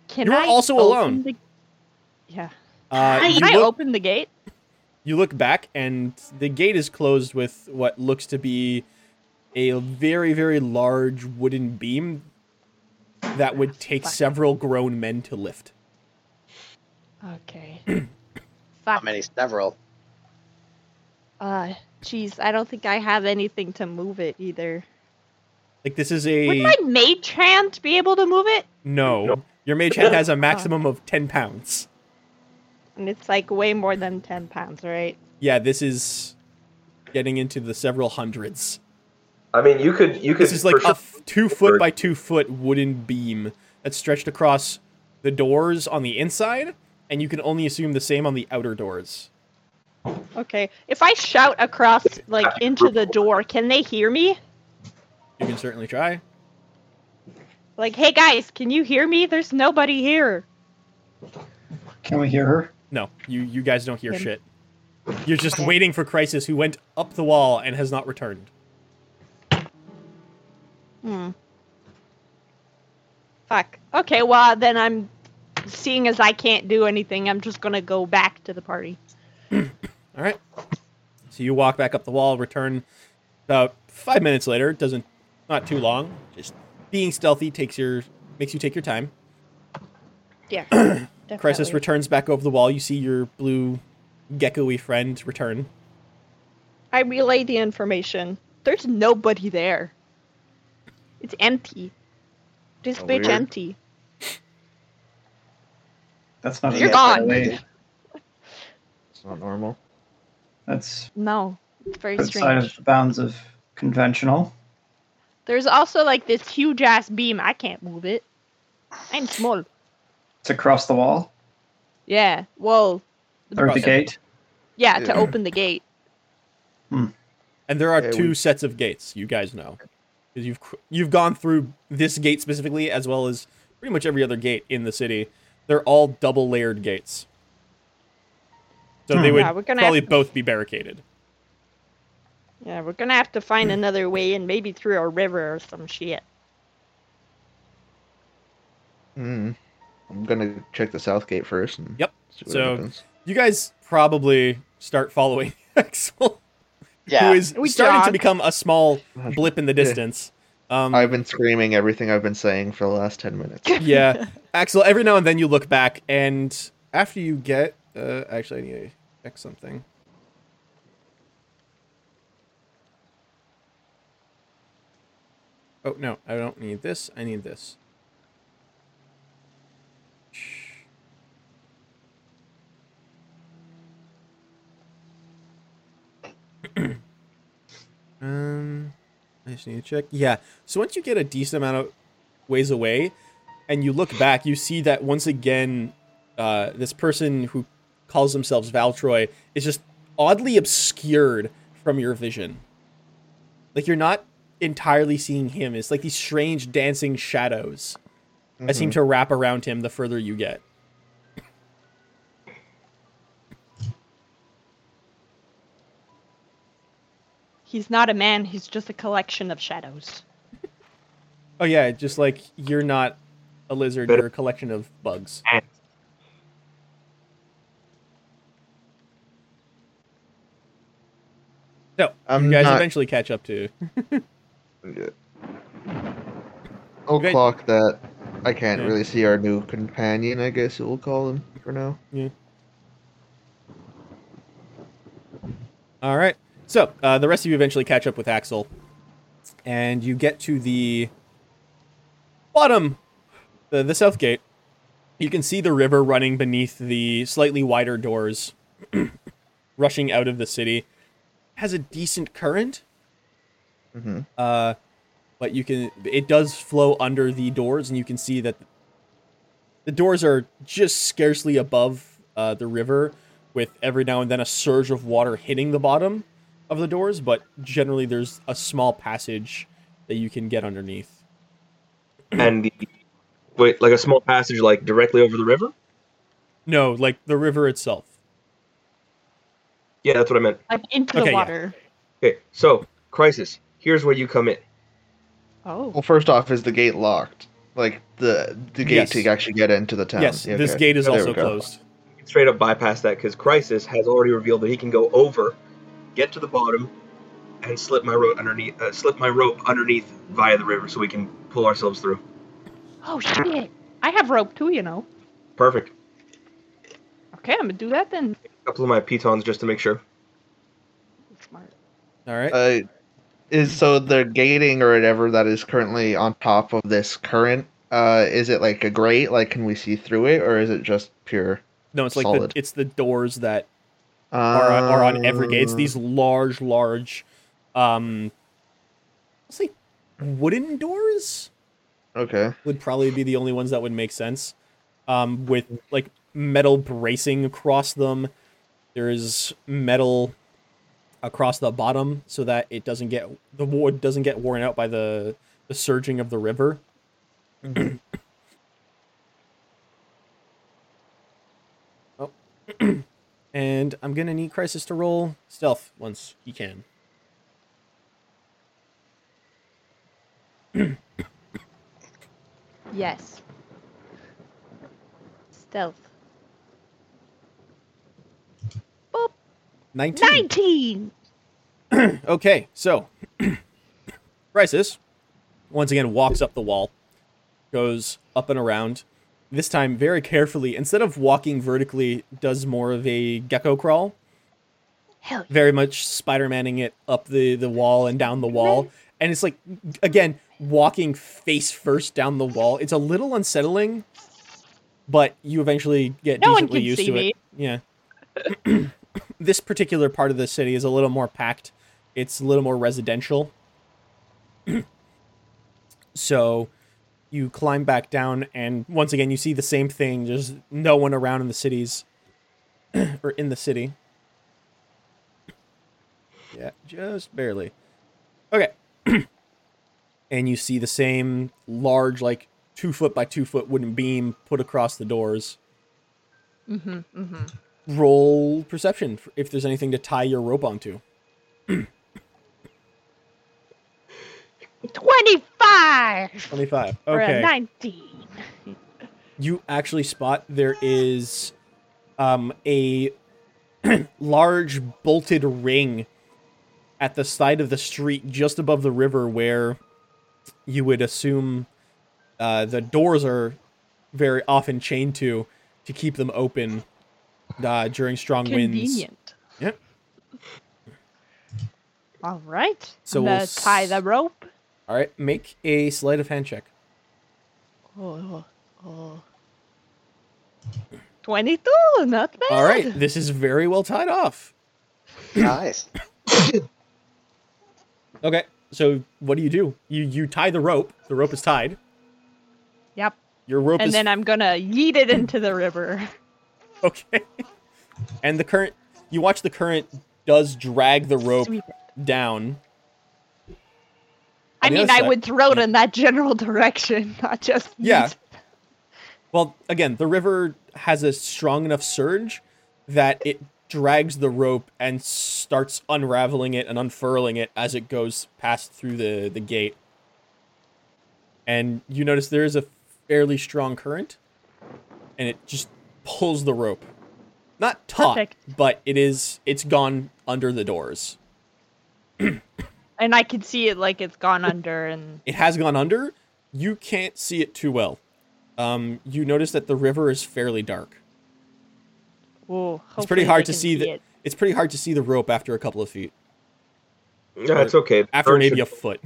C: Can
A: You are
C: I
A: also
C: open
A: alone.
C: the- Yeah.
A: Uh,
C: Can
A: you
C: I
A: look-
C: open the gate?
A: You look back, and the gate is closed with what looks to be a very, very large wooden beam that would take
C: Fuck.
A: several grown men to lift.
C: Okay.
B: How
C: Fuck.
B: many? Several.
C: Uh, jeez, I don't think I have anything to move it either.
A: Like this is a
C: Would my mage hand be able to move it?
A: no. Your mage hand has a maximum of ten pounds.
C: And it's like way more than ten pounds, right?
A: Yeah, this is getting into the several hundreds.
E: I mean, you could you could
A: This is like
E: for
A: a
E: sure-
A: f- two foot by two foot wooden beam that's stretched across the doors on the inside, and you can only assume the same on the outer doors.
C: Okay. If I shout across, like into the door, can they hear me?
A: You can certainly try.
C: Like, hey guys, can you hear me? There's nobody here.
G: Can we hear her?
A: No, you you guys don't hear
C: Him.
A: shit. You're just waiting for Crisis, who went up the wall and has not returned.
C: Hmm. Fuck. Okay. Well, then I'm, seeing as I can't do anything, I'm just gonna go back to the party.
A: All right. So you walk back up the wall, return about five minutes later. It doesn't not too long. Just being stealthy takes your makes you take your time.
C: Yeah.
A: Crisis
C: definitely.
A: returns back over the wall. You see your blue gecko-y friend return.
C: I relay the information. There's nobody there. It's empty. This
E: Oh,
C: bitch
E: weird.
C: empty.
G: That's not.
C: You're
G: a
C: gone.
G: way.
D: It's not normal.
G: That's
C: No, it's very
G: outside
C: strange.
G: of the bounds of conventional.
C: There's also like this huge ass beam. I can't move it. I'm small.
G: It's across the wall
C: Yeah. Whoa.
G: or the
A: Across-
G: gate.
C: Yeah, to
D: Yeah.
C: open the gate.
A: And there are
D: Okay,
A: two
D: we-
A: sets of gates. You guys know, because you've cr- you've gone through this gate specifically, as well as pretty much every other gate in the city. They're all double layered gates, so they
G: Hmm.
A: would
C: Yeah, we're gonna
A: probably
C: have-
A: both be barricaded.
C: Yeah, we're gonna have to find
A: Hmm.
C: another way in, maybe through a river or some shit.
D: Hmm. I'm gonna check the south gate first. And
A: Yep.
D: see what
A: So-
D: happens.
A: You guys probably start following Axel,
B: Yeah.
A: who is
C: We
A: starting to
C: jog.
A: become a small blip in the distance. Um,
D: I've been screaming everything I've been saying for the last ten minutes.
A: yeah, Axel. Every now and then you look back, and after you get, uh, actually, I need to check something. Oh no, I don't need this. I need this. um, I just need to check. Yeah. So once you get a decent amount of ways away, and you look back, you see that once again, uh, this person who calls themselves Valtroy is just oddly obscured from your vision. Like you're not entirely seeing him. It's like these strange dancing shadows
D: Mm-hmm.
A: that seem to wrap around him the further you get.
C: He's not a man, he's just a collection of shadows.
A: Oh yeah, just like you're not a lizard,
E: Better-
A: you're a collection of bugs. No,
D: I'm
A: you guys
D: not-
A: eventually catch up to.
D: I'll
A: Okay.
D: clock that. I can't
A: Yeah.
D: really see our new companion. I guess we'll call him for now.
A: All right. So uh, the rest of you eventually catch up with Axel, and you get to the bottom, the, the south gate. You can see the river running beneath the slightly wider doors, rushing out of the city. Has a decent current,
D: hmm
A: uh, but you can it does flow under the doors, and you can see that the doors are just scarcely above uh, the river, with every now and then a surge of water hitting the bottom of the doors. But generally, there's a small passage that you can get underneath.
E: And the wait, like a small passage, like directly over the river.
A: No, like the river itself.
E: Yeah, that's what I meant.
C: Like into
A: Okay,
C: the
A: yeah.
C: water.
E: Okay, so crisis. Here's where you come in.
C: Oh.
D: Well, first off, is the gate locked? Like the the gate
A: Yes.
D: to actually get into the town.
A: Yes,
D: Yeah,
A: this
D: okay.
A: gate is
D: There we
A: also
D: go.
A: closed.
E: You can straight up bypass that because crisis has already revealed that he can go over, get to the bottom, and slip my rope underneath. Uh, slip my rope underneath via the river, so we can pull ourselves through.
C: Oh shit. I have rope too, you know.
E: Perfect.
C: Okay, I'm gonna do that then.
E: A couple of my pitons just to make sure.
C: Smart.
A: All right.
D: Uh, is so the gating or whatever that is currently on top of this current. Uh, is it like a grate? Like, can we see through it, or is it just pure?
A: no, it's like
D: solid.
A: the it's the doors that
D: Uh,
A: are, are on every gate. It's these large, large, um, let's say wooden doors.
D: Uh, Okay.
A: would probably be the only ones that would make sense. Um, with like metal bracing across them, there is metal across the bottom so that it doesn't get the wood doesn't get worn out by the the surging of the river. oh. and I'm gonna need Crisis to roll stealth once he can.
C: Yes. Stealth. Boop.
A: 19.
C: Nineteen.
A: Okay, so Crisis once again walks up the wall, goes up and around. This time, very carefully, instead of walking vertically, does more of a gecko crawl,
C: Hell yeah.
A: very much Spider Manning it up the, the wall and down the wall. And it's like, again, walking face first down the wall. It's a little unsettling, but you eventually get
C: No one
A: decently
C: can
A: used
C: see
A: to
C: me.
A: it. Yeah. this particular part of the city is a little more packed, it's a little more residential. so you climb back down, and once again, you see the same thing. There's no one around in the cities or in the city. Yeah, just barely. Okay. and you see the same large, like, two foot by two foot wooden beam put across the doors.
C: Mm-hmm. Mm-hmm.
A: Roll perception f- if there's anything to tie your rope onto.
C: Twenty-five.
A: 25.
C: For a
A: Okay.
C: nineteen.
A: You actually spot there is um, a large bolted ring at the side of the street just above the river where you would assume uh, the doors are very often chained to to keep them open uh, during strong winds.
C: Convenient.
A: Yep.
C: All right.
A: So
C: So I'm
A: we'll
C: gonna tie the
A: s-
C: rope.
A: All right, make a sleight of hand check.
C: Oh, oh, oh. Twenty-two. Not bad.
A: All right, this is very well tied off.
B: nice.
A: Okay, so what do you do? You you tie the rope. The rope is tied.
C: Yep.
A: Your rope
C: And
A: is
C: then I'm gonna yeet it into the river.
A: okay. And the current, you watch the current does drag the rope
C: Sweep it.
A: down.
C: I
A: On the
C: mean,
A: other
C: I
A: side-
C: would throw it
A: yeah.
C: in that general direction, not just
A: Yeah.
C: yeet.
A: Well, again, the river has a strong enough surge that it drags the rope and starts unraveling it and unfurling it as it goes past through the, the gate. And you notice there is a fairly strong current, and it just pulls the rope. Not taut,
C: Perfect.
A: but it is it's gone under the doors.
C: and I can see it like it's gone under and
A: it has gone under. You can't see it too well. Um, you notice that the river is fairly dark.
C: whoa.
A: It's pretty
C: hopefully
A: hard
C: they
A: to
C: can
A: see the-
C: it.
A: It's pretty hard to see the rope after a couple of feet,
E: Yeah, it's okay.
A: after maybe a foot.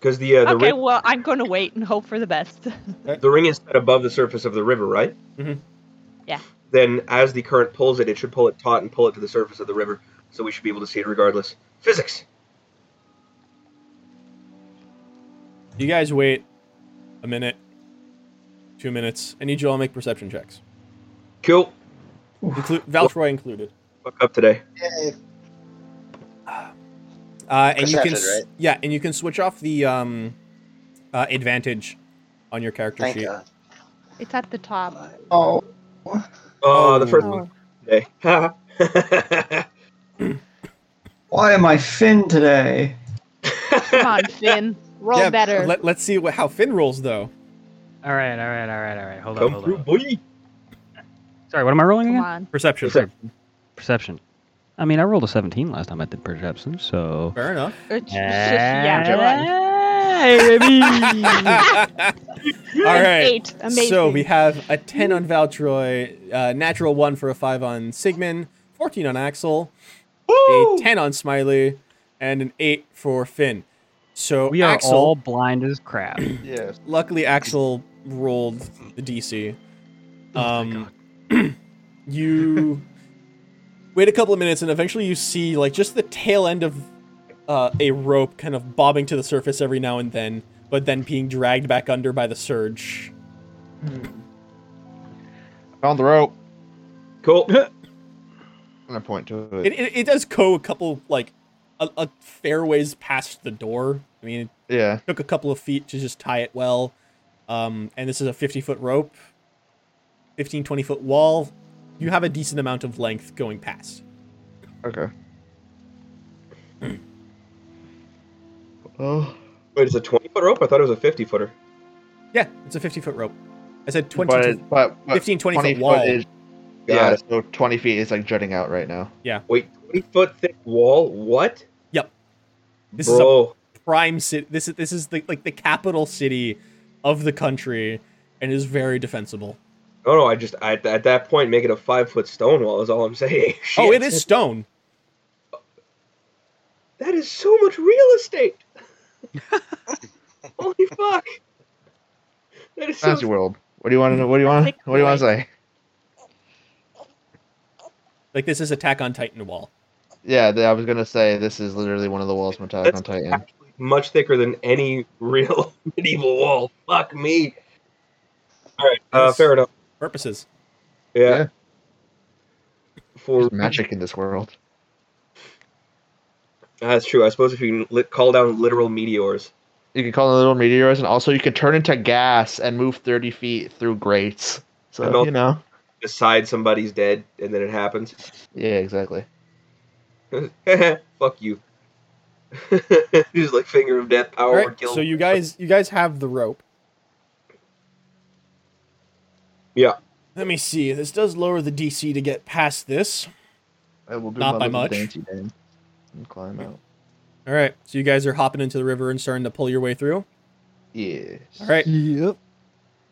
E: because the uh, the,
C: Okay,
E: ring,
C: well I'm gonna wait and hope for the best.
E: the ring is set above the surface of the river, right?
A: Mhm.
C: Yeah.
E: Then, as the current pulls it, it should pull it taut and pull it to the surface of the river, so we should be able to see it regardless. Physics.
A: you guys wait a minute, two minutes. I need you all to make perception checks,
E: Cool.
A: Inclu- Valtroy included.
E: Fuck up today.
B: Yay.
A: Uh, and you can,
B: Perception,
A: s-
B: right?
A: yeah, and you can switch off the um, uh, advantage on your character
B: Thank
A: sheet.
B: God.
C: it's at the top.
G: Oh,
E: Oh, the first
A: Oh.
E: one today. Come
G: why am I Finn today?
C: Come on, Finn. Roll
A: Yeah,
C: better.
A: Let, let's see what, how Finn rolls though.
F: All right, all right, all right, all right. Hold on,
E: Come
F: hold
E: through,
F: on.
E: boy.
F: Sorry, what am I rolling
C: Come
F: again?
C: on.
A: Perception.
E: Perception.
F: Perception. I mean, I rolled a 17 last time I did perception, so.
A: Fair enough.
C: It's just- yeah, right.
F: Hey, baby!
A: All
C: An
A: right.
C: Eight. Amazing.
A: So we have a 10 on Valtroy, uh, natural 1 for a 5 on Sigmund, 14 on Axel, a 10 on Smiley, and an 8 for Finn. So
F: we are
A: Axel,
F: all blind as crap.
D: Yes.
A: luckily Axel rolled the DC.
F: Oh
A: Um, you wait a couple of minutes and eventually you see like just the tail end of uh, a rope kind of bobbing to the surface every now and then, but then being dragged back under by the surge.
D: Found the rope.
E: Cool.
D: And I point to it.
A: It, it, it does go a couple like a, a fair ways past the door. I mean, it
D: yeah.
A: took a couple of feet to just tie it well. Um, and this is a 50 foot rope, 15, 20 foot wall. You have a decent amount of length going past.
D: Okay. oh.
E: Wait, it's a 20 foot rope? I thought it was a 50 footer.
A: Yeah, it's a 50 foot rope. I said 20,
D: But,
A: to-
D: it- but, but
A: 15, 20
D: 20
A: foot wall.
D: is-
E: Got
D: yeah,
E: it.
D: so 20 feet is like jutting out right now.
E: Wait, 20 foot thick wall? What?
A: Yep. This is a-
E: Bro.
A: prime city. This is this is the like the capital city of the country, and is very defensible.
E: Oh, No, no, I just I, at that point make it a five foot stone wall is all I'm saying. Shit.
A: Oh, it is stone.
E: That is so much real estate. Holy fuck! That is so.
D: Fantasy World. What do you want to know? What do you want? What do you want to say?
A: Like this is Attack on Titan wall.
D: Yeah, th- I was gonna say this is literally one of the walls from Attack on
E: That's
D: Titan.
E: actually much thicker than any real medieval wall. Fuck me. All right, uh,
A: Yes.
E: fair enough.
A: Purposes.
E: Yeah.
D: Yeah.
E: For
D: There's magic in this world.
E: that's true. I suppose if you lit, call down literal meteors.
D: You can call them little meteors, and also you can turn into gas and move 30 feet through grates.
E: And
D: So
E: also-
D: you know.
E: Decide somebody's dead, and then it happens.
D: Yeah, exactly.
E: Fuck you. He's like finger of death,
A: All
E: power
A: right.
E: word, kill.
A: So you guys, you guys have the rope.
E: Yeah.
A: Let me see. This does lower the DC to get past this.
D: I will do
A: Not by
D: my little
A: much.
D: dainty dance and climb out.
A: All right. So you guys are hopping into the river and starting to pull your way through.
D: Yeah.
A: All right.
F: yep.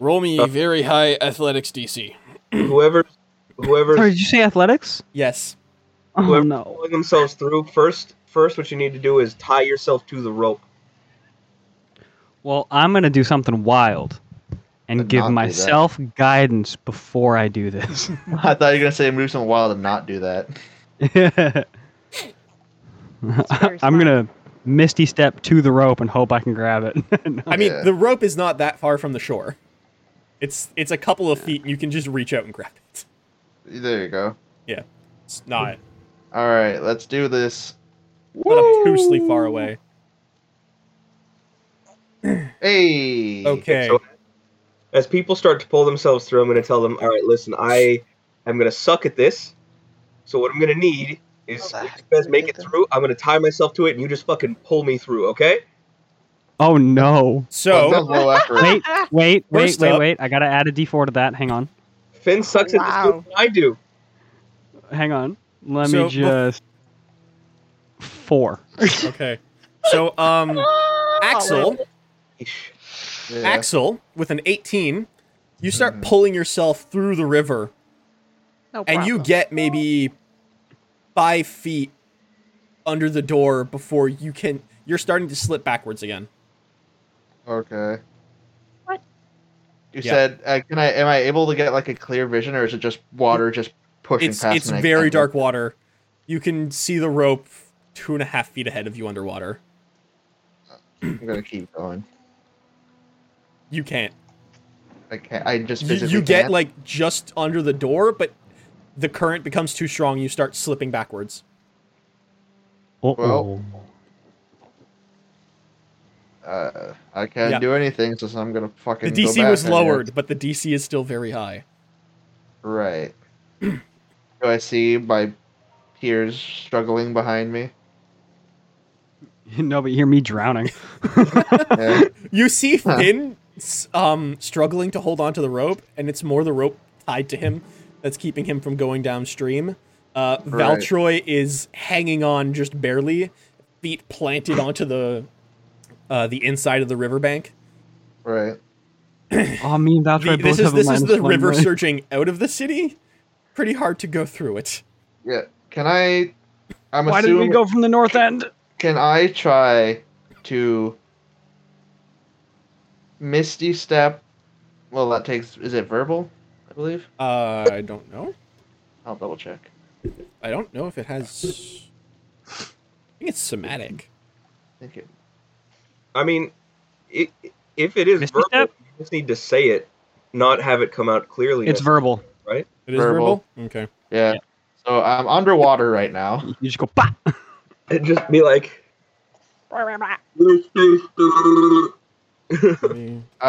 A: Roll me very high athletics DC.
E: whoever, whoever's
F: Sorry, did you say athletics?
A: Yes.
F: Oh,
E: Whoever-
F: no.
E: pulling themselves through first first what you need to do is tie yourself to the rope
F: Well, I'm going to do something wild and
D: But not
F: give
D: do that.
F: myself guidance before I do this.
D: I thought you were gonna say move some wild and not do that.
C: very
F: I'm going to misty step to the rope and hope I can grab it. No.
A: I mean,
D: Yeah.
A: the rope is not that far from the shore. It's it's a couple of feet, and you can just reach out and grab it.
D: There you go.
A: It's
F: Hmm.
A: not,
D: All right, let's do this.
A: but obtusely far away.
D: Hey.
A: Okay.
E: so as people start to pull themselves through i'm going to tell them all right listen i am going to suck at this so what i'm going to need is
B: How the
E: if
B: heck
E: you guys
B: did I
E: make
B: get
E: it
B: there?
E: through i'm going to tie myself to it and you just fucking pull me through okay
F: Oh, no.
D: Well,
A: So
D: sounds low effort.
F: Wait,
C: Oh,
F: wait, wait,
A: First
F: wait,
A: up-
F: wait. I got to add a d4 to that. Hang on.
E: finn sucks at this more
C: Wow.
E: than i do
F: Hang on. Let
A: So, bef-
F: me just. four.
A: Okay. So, um, Axel,
D: Yeah.
A: Axel, with an 18, you start pulling yourself through the river,
C: No
A: and you
C: problem.
A: get maybe five feet under the door before you can. You're starting to slip backwards again.
D: Okay.
C: What?
D: You
A: Yeah.
D: said, uh, "Can I? Am I able to get like a clear vision, or is it just water just pushing
A: It's
D: past?"
A: it's
D: me and I
A: very
D: can't
A: dark
D: look?
A: water. You can see the rope two and a half feet ahead of you underwater.
D: I'm gonna keep going.
A: You can't.
D: I can't. I just
A: You,
D: physically
A: you get
D: can't.
A: like just under the door, but the current becomes too strong. You start slipping backwards.
F: Uh-oh.
D: Uh, I can't
A: Yeah.
D: do anything, so I'm gonna fucking.
A: The
D: go
A: DC
D: back,
A: was
D: I guess.
A: lowered, but the DC is still very high.
D: Right. do I see my peers struggling behind me?
F: no, but you hear me drowning.
D: Yeah.
A: You see
D: Huh.
A: Finn s um, struggling to hold onto the rope, and it's more the rope tied to him that's keeping him from going downstream. Uh,
D: Right.
A: Valtroy is hanging on just barely, feet planted onto the uh, the inside of the riverbank.
D: right.
F: oh, me and
A: The,
F: Valtroy both
A: this is
F: have a
A: this is
F: minus
A: the
F: one
A: river
F: brain.
A: surging out of the city. Pretty hard to go through it.
D: Yeah. Can I? I'm
F: Why did
D: assuming.
F: we go from the north end?
D: Can I try to misty step? Well, that takes. Is it verbal? I believe.
A: Uh, I don't know.
D: I'll double check.
A: I don't know if it has. I think it's somatic.
D: Thank you.
E: I mean, i if it is
F: Misty
E: verbal,
F: step?
E: you just need to say it, not have it come out clearly.
F: It's verbal.
A: It is verbal.
D: Verbal.
A: Okay.
D: Yeah.
F: Yeah.
D: So I'm underwater right now.
F: You just go, bah!
E: It'd just be like.
D: I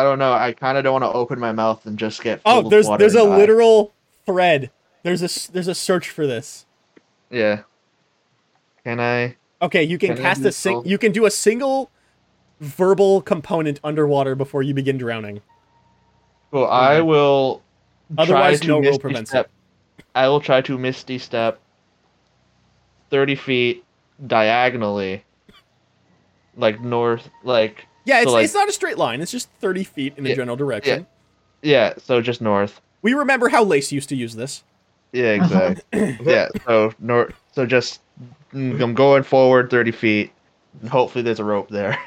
D: don't know. I kind of don't want to open my mouth and just get.
A: Oh,
D: filled with
A: there's
D: water
A: there's a
D: and die.
A: literal thread. There's a s- there's a search for this.
D: Yeah. Can I?
A: Okay, you can
D: Can I
A: cast
D: do
A: a sing-
D: both?
A: you can do a single verbal component underwater before you begin drowning.
D: Well, I
A: Okay.
D: will.
A: Otherwise,
D: try to
A: no roll
D: misty
A: prevents
D: step. I will try to misty step. Thirty feet diagonally. Like north, like
A: Yeah, it's,
D: So, like-
A: it's not a straight line. It's just 30 feet in a
D: Yeah,
A: general direction.
D: yeah. So just north.
A: We remember how Lace used to use this.
D: Yeah, exactly. yeah, so nor- so just mm, I'm going forward 30 feet. And hopefully there's a rope there.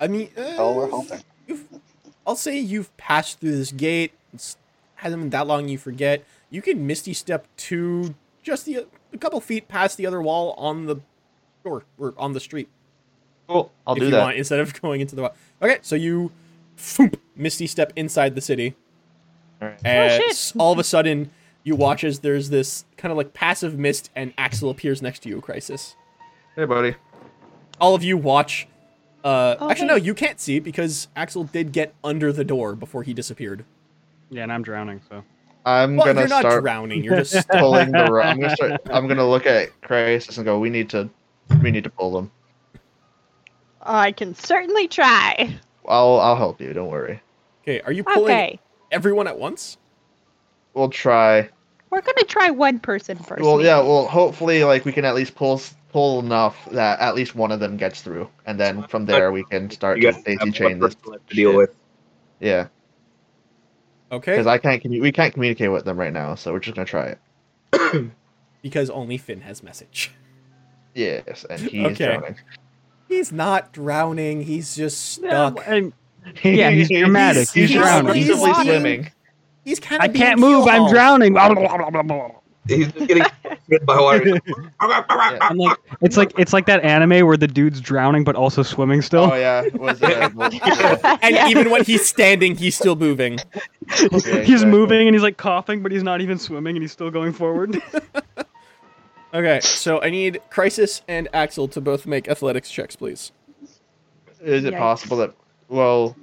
A: I mean, uh,
B: Oh, we're hoping.
A: You've, I'll say you've passed through this gate. It's hasn't been that long. You forget. You can misty step to just the a couple feet past the other wall on the shore or on the street.
D: Cool. I'll
A: if
D: do
A: you
D: that.
A: want instead of going into the wa- okay so you foomp, misty step inside the city
D: Alright.
A: and
C: shit.
A: s- all of a sudden you watch as there's this kind of like passive mist and axel appears next to you crisis
D: Hey, buddy.
A: all of you watch uh
C: Oh,
A: actually no
C: hey.
A: you can't see because axel did get under the door before he disappeared
F: Yeah, and I'm drowning, so.
D: I'm
A: well
D: gonna
A: you're not
D: start
A: drowning you're just
D: pulling the rope. I'm gonna start. I'm gonna look at Crisis and go. We need to. We need to pull them.
C: I can certainly try.
D: I'll. I'll help you. Don't worry.
A: okay are you pulling
C: Okay,
A: everyone at once
D: We'll try.
C: we're gonna try one person first.
D: Well,
C: maybe.
D: yeah. Well, hopefully, like we can at least pull s- pull enough that at least one of them gets through, and then from there we can start to
E: You guys have
D: daisy
E: one
D: chain this.
E: person left to deal
D: shit.
E: with.
D: Yeah.
A: okay
D: Because I can't, commu- we can't communicate with them right now, so we're just gonna try it.
A: because only finn has message
D: Yes, and he's
A: Okay.
D: drowning.
A: he's not drowning he's just
F: Yeah,
A: stuck
F: and Yeah, he's dramatic, he's
A: drowning.
D: He's
A: He's
D: visibly
A: walking.
D: swimming. Oh,
A: he's kind of
F: I can't move, I'm drowning. Blah, blah, blah, blah, blah.
E: He's just getting hit by water.
F: I'm like, it's like it's like that anime where the dude's drowning but also swimming still.
D: Oh yeah, was uh, well, yeah.
A: and
C: Yeah.
A: even when he's standing, he's still moving.
F: he's
D: exactly.
F: moving and he's like coughing, but he's not even swimming and he's still going forward.
A: Okay, so I need Crisis and Axel to both make athletics checks, please.
D: Is it
C: Yikes.
D: possible that well,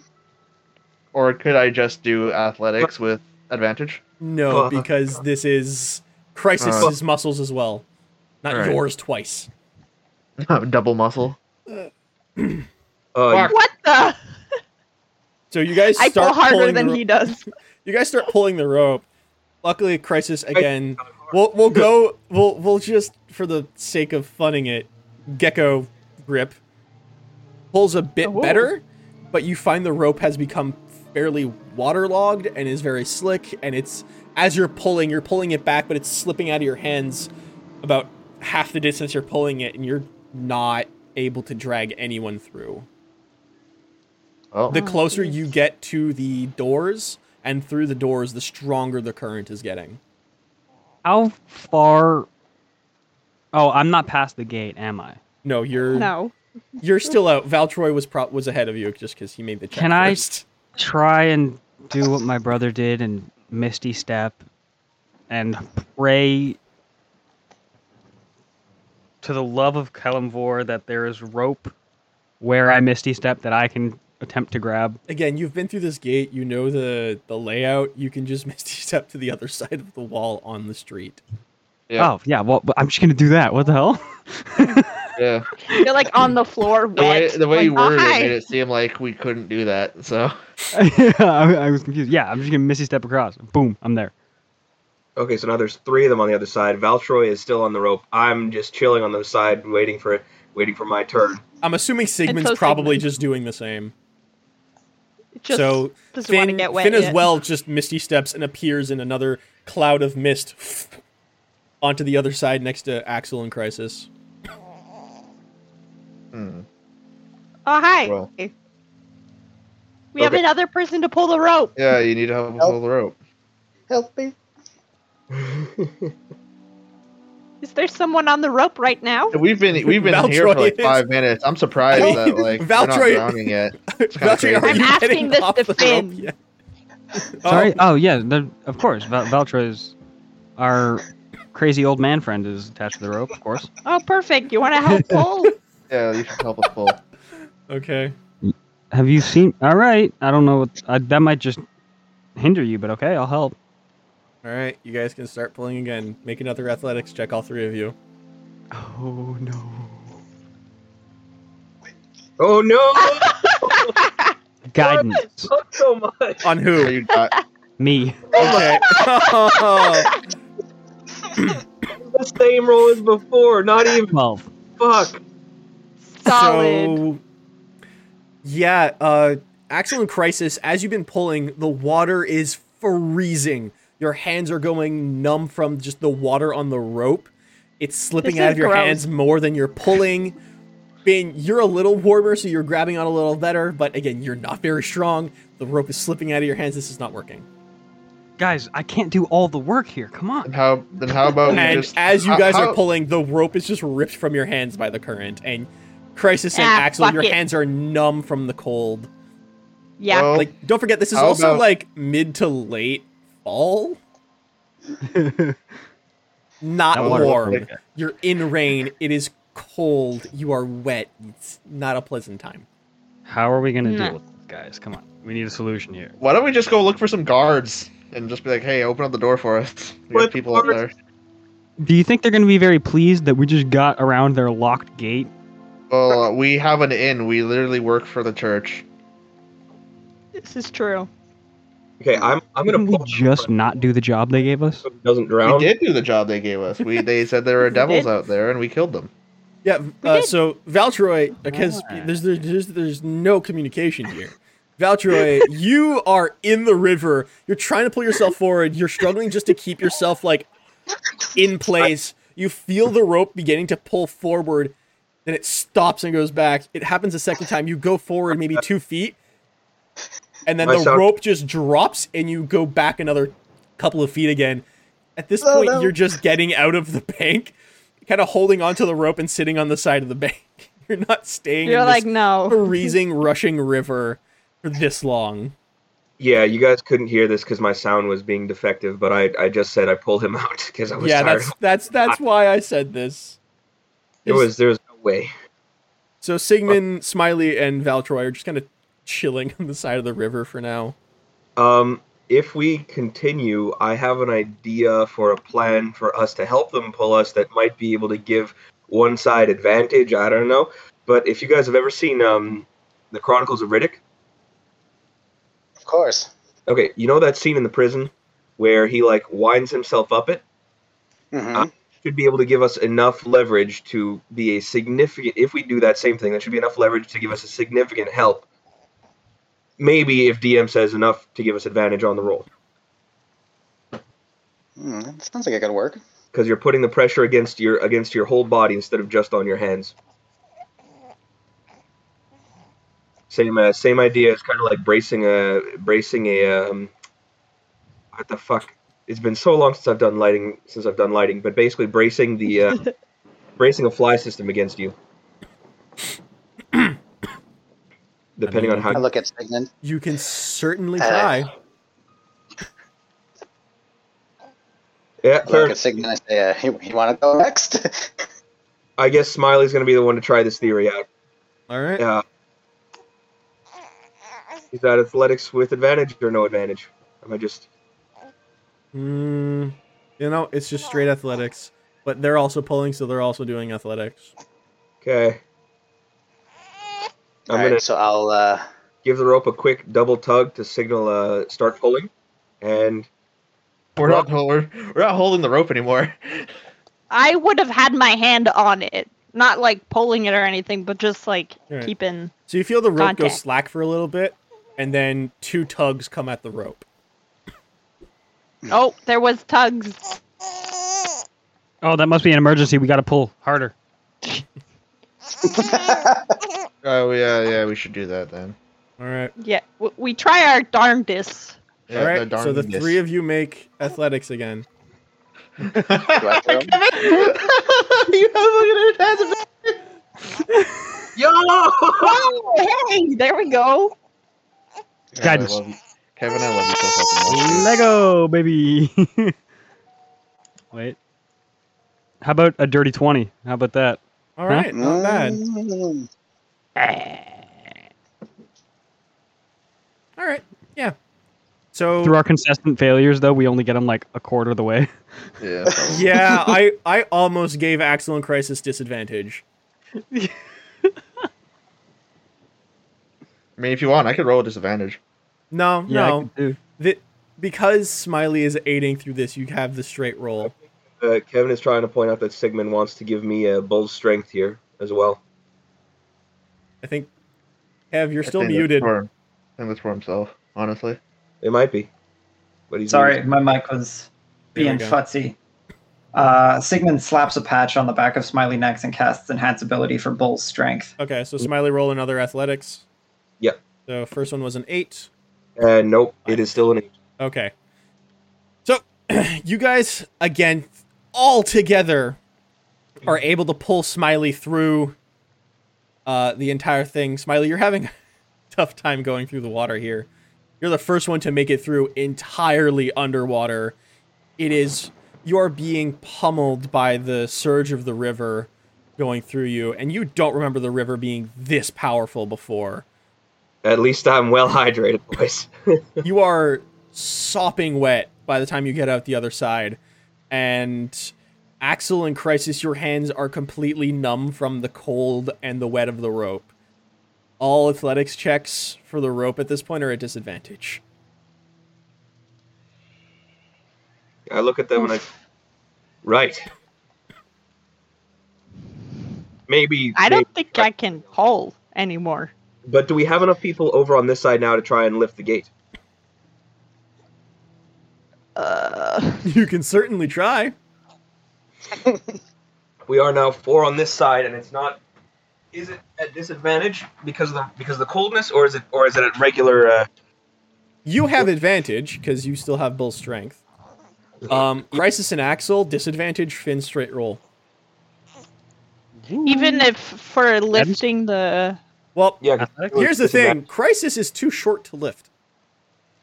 D: or could I just do athletics with advantage?
A: No,
E: Uh,
A: because this is Crisis's muscles as well, not
D: Alright.
A: yours twice.
D: Double muscle.
E: Uh,
C: What the?
A: So you guys
C: I pull
A: start
C: harder
A: pulling.
C: than
A: the ro-
C: he does.
A: You guys start pulling the rope. Luckily, Crisis again We'll we'll go we'll we'll just for the sake of funning it, gecko grip pulls a bit
C: Whoa.
A: better, but you find the rope has become fairly waterlogged and is very slick and it's as you're pulling, you're pulling it back, but it's slipping out of your hands about half the distance you're pulling it, and you're not able to drag anyone through.
D: Oh,
A: The
C: Oh,
A: closer
C: geez.
A: you get to the doors and through the doors, the stronger the current is getting.
F: How far? Oh, I'm not past the gate, am I?
A: No, you're
C: No.
A: you're still out. Valtroy was pro- was ahead of you just because he made the check
F: Can I-
A: first.
F: Try and do what my brother did and Misty Step and pray to the love of Kalimvor that there is rope where I Misty Step that I can attempt to grab.
A: Again, you've been through this gate. You know the the layout. You can just misty step to the other side of the wall on the street.
D: Yeah.
F: Oh, yeah, well, but I'm just going to do that. What the hell?
D: yeah.
C: You're like on the floor
D: The way
C: wet.
D: the way you
C: like, oh,
D: worded
C: "Hi."
D: it made it seem like we couldn't do that. So
F: yeah, I, I was confused. Yeah, I'm just going to Misty Step across. Boom, I'm there.
E: Okay, so now there's three of them on the other side. Valtroy is still on the rope. I'm just chilling on the side, waiting for it, waiting for my turn.
A: I'm assuming Sigmund's
C: so
A: probably
C: Sigmund.
A: just doing the same.
C: Just
A: so
C: doesn't want to
A: Finn,
C: get wet.
A: Finn as
C: yet.
A: well just misty steps and appears in another cloud of mist onto the other side next to Axel and Crisis.
D: hmm,
C: Oh hi.
D: Well.
C: We have
E: Okay.
C: another person to pull the rope.
D: yeah, you need to help with
B: Nope.
D: all the rope.
B: Help me.
C: Is there someone on the rope right now?
D: We've been we've been here for
A: Valtroy
D: like
A: is-
D: five minutes. I'm surprised
A: Hey,
D: that like
A: Valtroy-
D: we're not drowning yet. kinda
A: Valtteri, are
D: crazy.
A: you
C: I'm
A: getting
C: asking this
A: off
C: to
A: the rope
C: Finn.
A: yet?
F: Sorry.
A: Oh,
F: Oh, yeah. the- of course, Val- Valtra is our crazy old man friend is attached to the rope. Of course.
C: Oh perfect. You want to help pull?
D: Yeah, you can help us pull.
A: okay.
F: Have you seen? All right. I don't know. What, I, that might just hinder you, but okay, I'll help.
A: All right, you guys can start pulling again. Make another athletics check, all three of you.
F: Oh no.
E: oh no!
F: Guidance.
E: Not so much.
A: On
D: Are
A: who?
D: you not-
F: Me.
A: Okay.
E: The same roll as before. Not even.
F: Twelve.
E: Fuck.
C: Solid.
A: So, yeah, uh, Axel and Crisis, as you've been pulling, the water is freezing. Your hands are going numb from just the water on the rope. It's slipping
C: This
A: out
C: is
A: of your
C: gross.
A: hands more than you're pulling. Finn, you're a little warmer, so you're grabbing on a little better, but again, you're not very strong. The rope is slipping out of your hands. This is not working.
F: Guys, I can't do all the work here. Come
D: Then
F: on.
D: how then how about we
A: and
D: just
A: as you
D: how-
A: guys
D: how-
A: are pulling, the rope is just ripped from your hands by the current. And Crisis and
C: Ah,
A: Axel,
C: fuck
A: your
C: it.
A: hands are numb from the cold.
C: yeah.
D: well,
A: Like, don't forget, this is
D: Oh. How
A: also
D: about-
A: like mid to late fall, not
F: That water-
A: warm. You're in rain. It is cold. You are wet. It's not a pleasant time.
F: How are we gonna
C: Nah.
F: deal with this, guys? Come on. We need a solution here.
D: why don't we just go look for some guards and just be like, hey, open up the door for us. We
E: What
D: have people up there.
E: guards?
F: Do you think they're gonna be very pleased that we just got around their locked gate?
D: Well, uh, we have an inn. We literally work for the church.
C: This is true.
E: Okay, I'm. I'm gonna.
F: Couldn't we
E: pull-
F: just not do the job they gave us?
E: so it Doesn't drown.
D: We did do the job they gave us. We they said there were
C: We
D: devils
C: did.
D: out there, and we killed them.
A: Yeah.
C: We
A: Uh,
C: did.
A: so Valtroy, because
F: Alright.
A: there's, there's there's there's no communication here. Valtroy, you are in the river. You're trying to pull yourself forward. You're struggling just to keep yourself like in place. You feel the rope beginning to pull forward, then it stops and goes back. It happens a second time. You go forward maybe two feet, and then
E: I
A: the
E: sound-
A: rope just drops, and you go back another couple of feet again. At this
B: Oh,
A: point,
B: no.
A: you're just getting out of the bank, kind of holding onto the rope and sitting on the side of the bank. You're not staying
C: You're
A: in
C: like
A: this
C: no.
A: freezing, rushing river for this long.
E: Yeah, you guys couldn't hear this because my sound was being defective, but I, I just said I pulled him out because I was
A: yeah,
E: tired.
A: that's that's that's why I said this.
E: There was there was no way.
A: So Sigmund, Smiley, and Valtroy are just kind of chilling on the side of the river for now.
E: Um, if we continue, I have an idea for a plan for us to help them pull us that might be able to give one side advantage. I don't know, but if you guys have ever seen um, the Chronicles of Riddick,
B: Of course.
E: okay, you know that scene in the prison where he like winds himself up it.
B: hmm
E: should be able to give us enough leverage to be a significant. If we do that same thing, that should be enough leverage to give us a significant help. Maybe if DM says enough to give us advantage on the roll,
B: Mm-hmm. that sounds like it could work.
E: because you're putting the pressure against your against your whole body instead of just on your hands. Same uh, same idea. It's kind of like bracing a bracing a um, what the fuck. It's been so long since I've done lighting since I've done lighting, but basically bracing the uh, bracing a fly system against you. Depending on
B: I
E: how
B: look at Sigmund.
A: You can certainly
B: Uh,
A: try.
E: yeah,
B: I look
E: fair,
B: at Sigmund. I say, uh, you, want to go next?
E: I guess Smiley's gonna be the one to try this theory out.
A: All right.
E: Yeah. Is that athletics with advantage or no advantage? Am I just
A: Mm, you know, it's just straight athletics, but they're also pulling, so they're also doing athletics.
E: okay? I'm
B: All right,
E: gonna
B: so I'll. Uh,
E: give the rope a quick double tug to signal uh, start pulling, and
D: We're not we're, we're not holding the rope anymore.
C: I would have had my hand on it, not like pulling it or anything, but just like
A: Right.
C: keeping.
A: So you feel the rope go
C: Contact.
A: slack for a little bit, and then two tugs come at the rope.
C: Oh, there was tugs.
F: Oh, that must be an emergency. We got to pull harder.
D: Oh yeah, yeah, we should do that then.
A: All right.
C: Yeah, w- we try our darndest.
D: Yeah,
A: All right.
D: the
A: so the
D: darndest.
A: three of you make athletics again.
B: I throw 'em?
D: you have fucking it
E: yo,
C: Oh, hey, there we go.
F: Guidance.
D: Kevin, I love you so fucking much. dude.
F: Lego, baby. Wait. How about a dirty 20? How about that?
A: All
F: Huh?
A: right. Not bad.
B: Mm.
A: All right. Yeah. So
F: Through our consistent failures, though, we only get them like a quarter of the way.
D: Yeah.
A: yeah, I I almost gave Axel and Crisis disadvantage.
D: I mean, if you want, I could roll a disadvantage.
A: No,
F: Yeah, I
A: no.
F: could do.
A: Th- because Smiley is aiding through this, you have the straight roll.
E: Uh, Kevin is trying to point out that Sigmund wants to give me a bull strength here as well.
A: I think Kev, you're
D: I
A: still
D: think that's
A: muted.
D: For, I think that's for himself, honestly.
E: It might be, but he's
G: Sorry, my mic was
A: There we
G: being
A: go.
G: futzy. Uh, Sigmund slaps a patch on the back of Smiley Necks and casts Enhance Ability for Bull's Strength.
A: Okay, so Smiley roll another athletics.
E: Yep.
A: So first one was an eight.
E: Uh, nope, it is still an eight.
A: Okay. So you guys again all together are able to pull Smiley through uh, the entire thing. Smiley, you're having a tough time going through the water here. You're the first one to make it through entirely underwater. It is you are being pummeled by the surge of the river going through you, and you don't remember the river being this powerful before.
E: At least I'm well hydrated, boys.
A: you are sopping wet by the time you get out the other side and axel and crisis your hands are completely numb from the cold and the wet of the rope all athletics checks for the rope at this point are at disadvantage
E: I look at them and I, right. Maybe
C: I
E: maybe-
C: don't think I can pull anymore.
E: But do we have enough people over on this side now to try and lift the gate?
C: Uh,
A: you can certainly try
E: We are now four on this side, and it's not. Is it at disadvantage because of the because of the coldness, or is it or is it at regular? Uh,
A: you have advantage because you still have bull strength um crisis and axel disadvantage finn straight roll
C: even if for lifting the
A: well
E: yeah,
F: Athletics?
A: here's the thing
F: Disadvantage.
A: crisis is too short to lift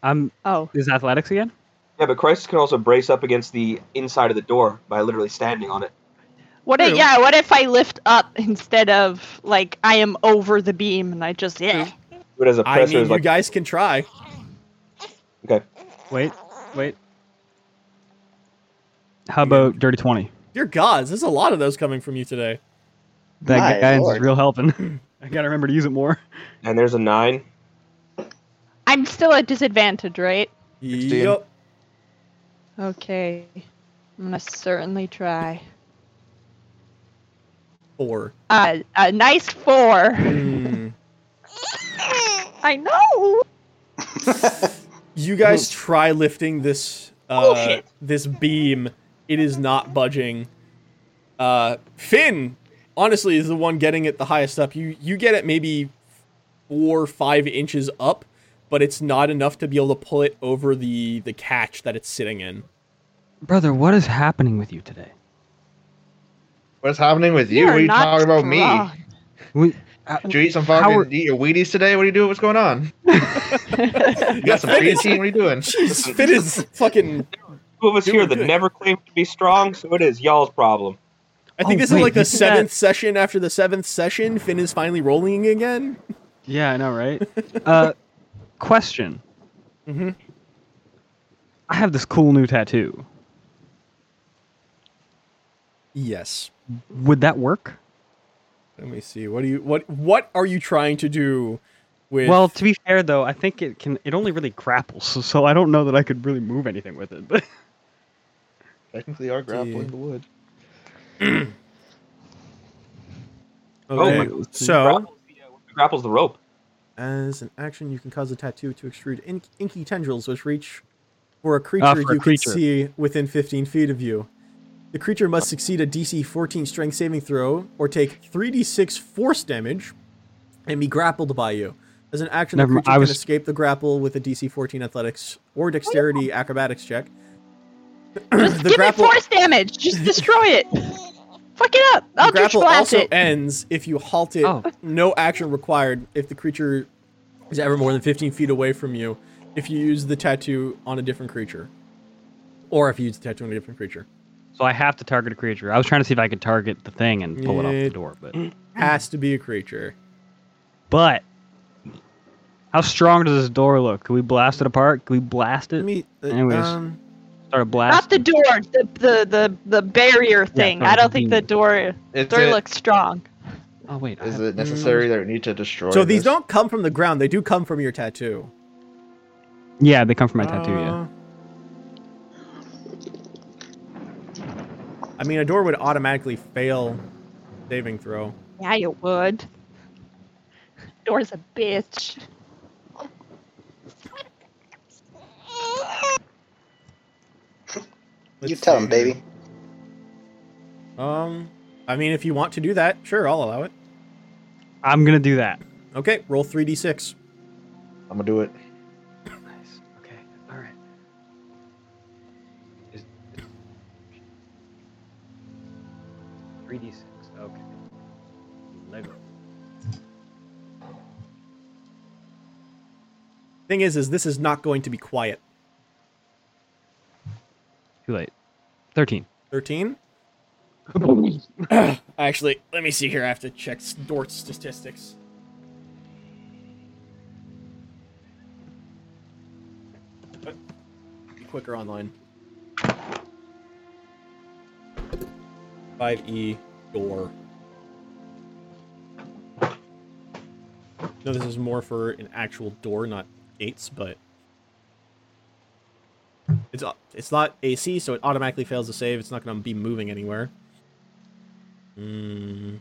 F: I'm.
C: oh
F: Um, Is athletics again?
E: yeah, but Crisis can also brace up against the inside of the door by literally standing on it.
C: what if,
A: True.
C: yeah what if I lift up instead of like I am over the beam and I just yeah
E: Do it as a
A: i
E: presser,
A: mean
E: is
A: you
E: like
A: guys can try
F: Wait, wait. How about dirty 20?
A: Dear gods, there's a lot of those coming from you today.
F: That
B: My
F: guidance
B: lord.
F: is real helping. I gotta remember to use it more.
E: and there's a nine.
C: I'm still at disadvantage right
A: Yep.
C: okay I'm gonna certainly try.
A: Four.
C: Uh, a nice four.
A: Hmm.
C: I know.
A: You guys try lifting this uh,
C: Bullshit.
A: this beam. It is not budging. Uh, Finn, honestly, is the one getting it the highest up. You you get it maybe four five inches up, but it's not enough to be able to pull it over the the catch that it's sitting in.
F: Brother, what is happening with you today?
D: What's happening with you?
C: You
D: What are you
C: not
D: talking about
C: strong.
D: me?
F: We, uh,
D: Did you eat some
F: How
D: fucking
F: are-
D: eat your Wheaties today? What are you doing? What's going on? You got some creatine? What are you doing?
A: Jeez, Finn is fucking.
E: Two of us
A: Dude,
E: here
A: we're
E: that
A: good.
E: never claimed to be strong, so it is y'all's problem.
A: I think
F: Oh,
A: this
F: wait,
A: is like
F: you
A: the
F: did that-
A: seventh session after the seventh session. Finn is finally rolling again.
F: yeah, I know, right? Uh, question. Mm-hmm.
A: Mhm.
F: I have this cool new tattoo.
A: Yes.
F: Would that work?
A: Let me see. What do you what what are you trying to do with
F: Well, to be fair though, I think it can. It only really grapples, so, so I don't know that I could really move anything with it. But
D: Technically, are grappling
A: Dude.
D: the wood.
E: Oh my
A: Okay,
E: God.
A: so
E: grapples the, uh, grapples the rope.
A: as an action, you can cause a tattoo to extrude ink, inky tendrils which reach for a creature
F: Ah, for a
A: you
F: creature.
A: can see within 15 feet of you. The creature must succeed a DC 14 strength saving throw or take 3d6 force damage and be grappled by you. As an action,
F: Never
A: the
F: mind,
A: creature
F: I
A: can
F: was-
A: escape the grapple with a DC 14 athletics or dexterity acrobatics check.
C: Just give it force damage. Just destroy it. Fuck it up.
A: The
C: I'll just
A: grapple
C: blast
A: also
C: it.
A: ends if you halt it.
F: Oh.
A: No action required if the creature is ever more than 15 feet away from you. If you use the tattoo on a different creature, or if you use the tattoo on a different creature,
F: so I have to target a creature. I was trying to see if I could target the thing and pull it off
A: Yeah.
F: the door, but
A: has to be a creature.
F: but how strong does this door look? Can we blast it apart? Can we blast
A: Let
F: it?
A: me. uh,
F: Anyways,
A: um,
F: Start a
C: Not
F: blast.
C: the door. The the the, the barrier thing.
F: sorry,
C: I don't
F: the
C: think the
F: beam.
C: door
D: It's
C: door
D: it.
C: looks strong.
F: oh wait, I
D: Is
F: have-
D: it necessary that we need to destroy?
A: Mm. so these
D: this?
A: don't come from the ground; they do come from your tattoo.
F: yeah, they come from my
A: Uh,
F: tattoo. Yeah.
A: I mean, a door would automatically fail saving throw.
C: Yeah, you would. Door's a bitch.
B: you
A: Let's
B: tell
A: see
B: him, baby.
A: here. Um, I mean, if you want to do that, sure, I'll allow it.
F: I'm gonna do that.
A: Okay, roll 3d6.
D: I'm gonna do it.
F: Nice. Okay. All right. Is three d six? Okay. Lego.
A: Thing is, is this is not going to be quiet.
F: Too late. Thirteen.
A: 13? Actually, let me see here. I have to check s- Dort's statistics. Uh, Be quicker online. 5e E, door. No, this is more for an actual door, not gates, but it's au- it's not AC, so it automatically fails to save. It's not going to be moving anywhere. Mm.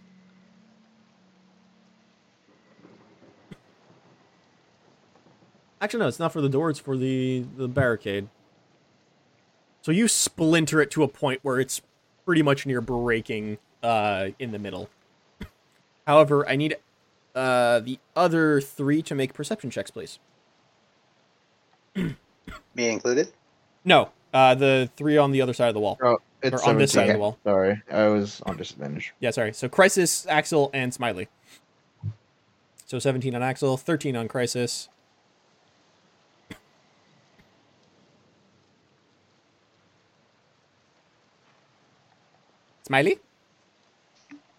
A: Actually, no, it's not for the door. It's for the the barricade. So you splinter it to a point where it's pretty much near breaking uh, in the middle. However, I need uh, the other three to make perception checks, please.
B: Me included.
A: No, uh, the three on the other side of the wall.
D: Oh, it's
A: Or on this
D: 17.
A: side of the wall.
D: Sorry, I was on disadvantage.
A: Yeah, sorry. So Crisis, Axel, and Smiley. So 17 on Axel, 13 on Crisis. Smiley?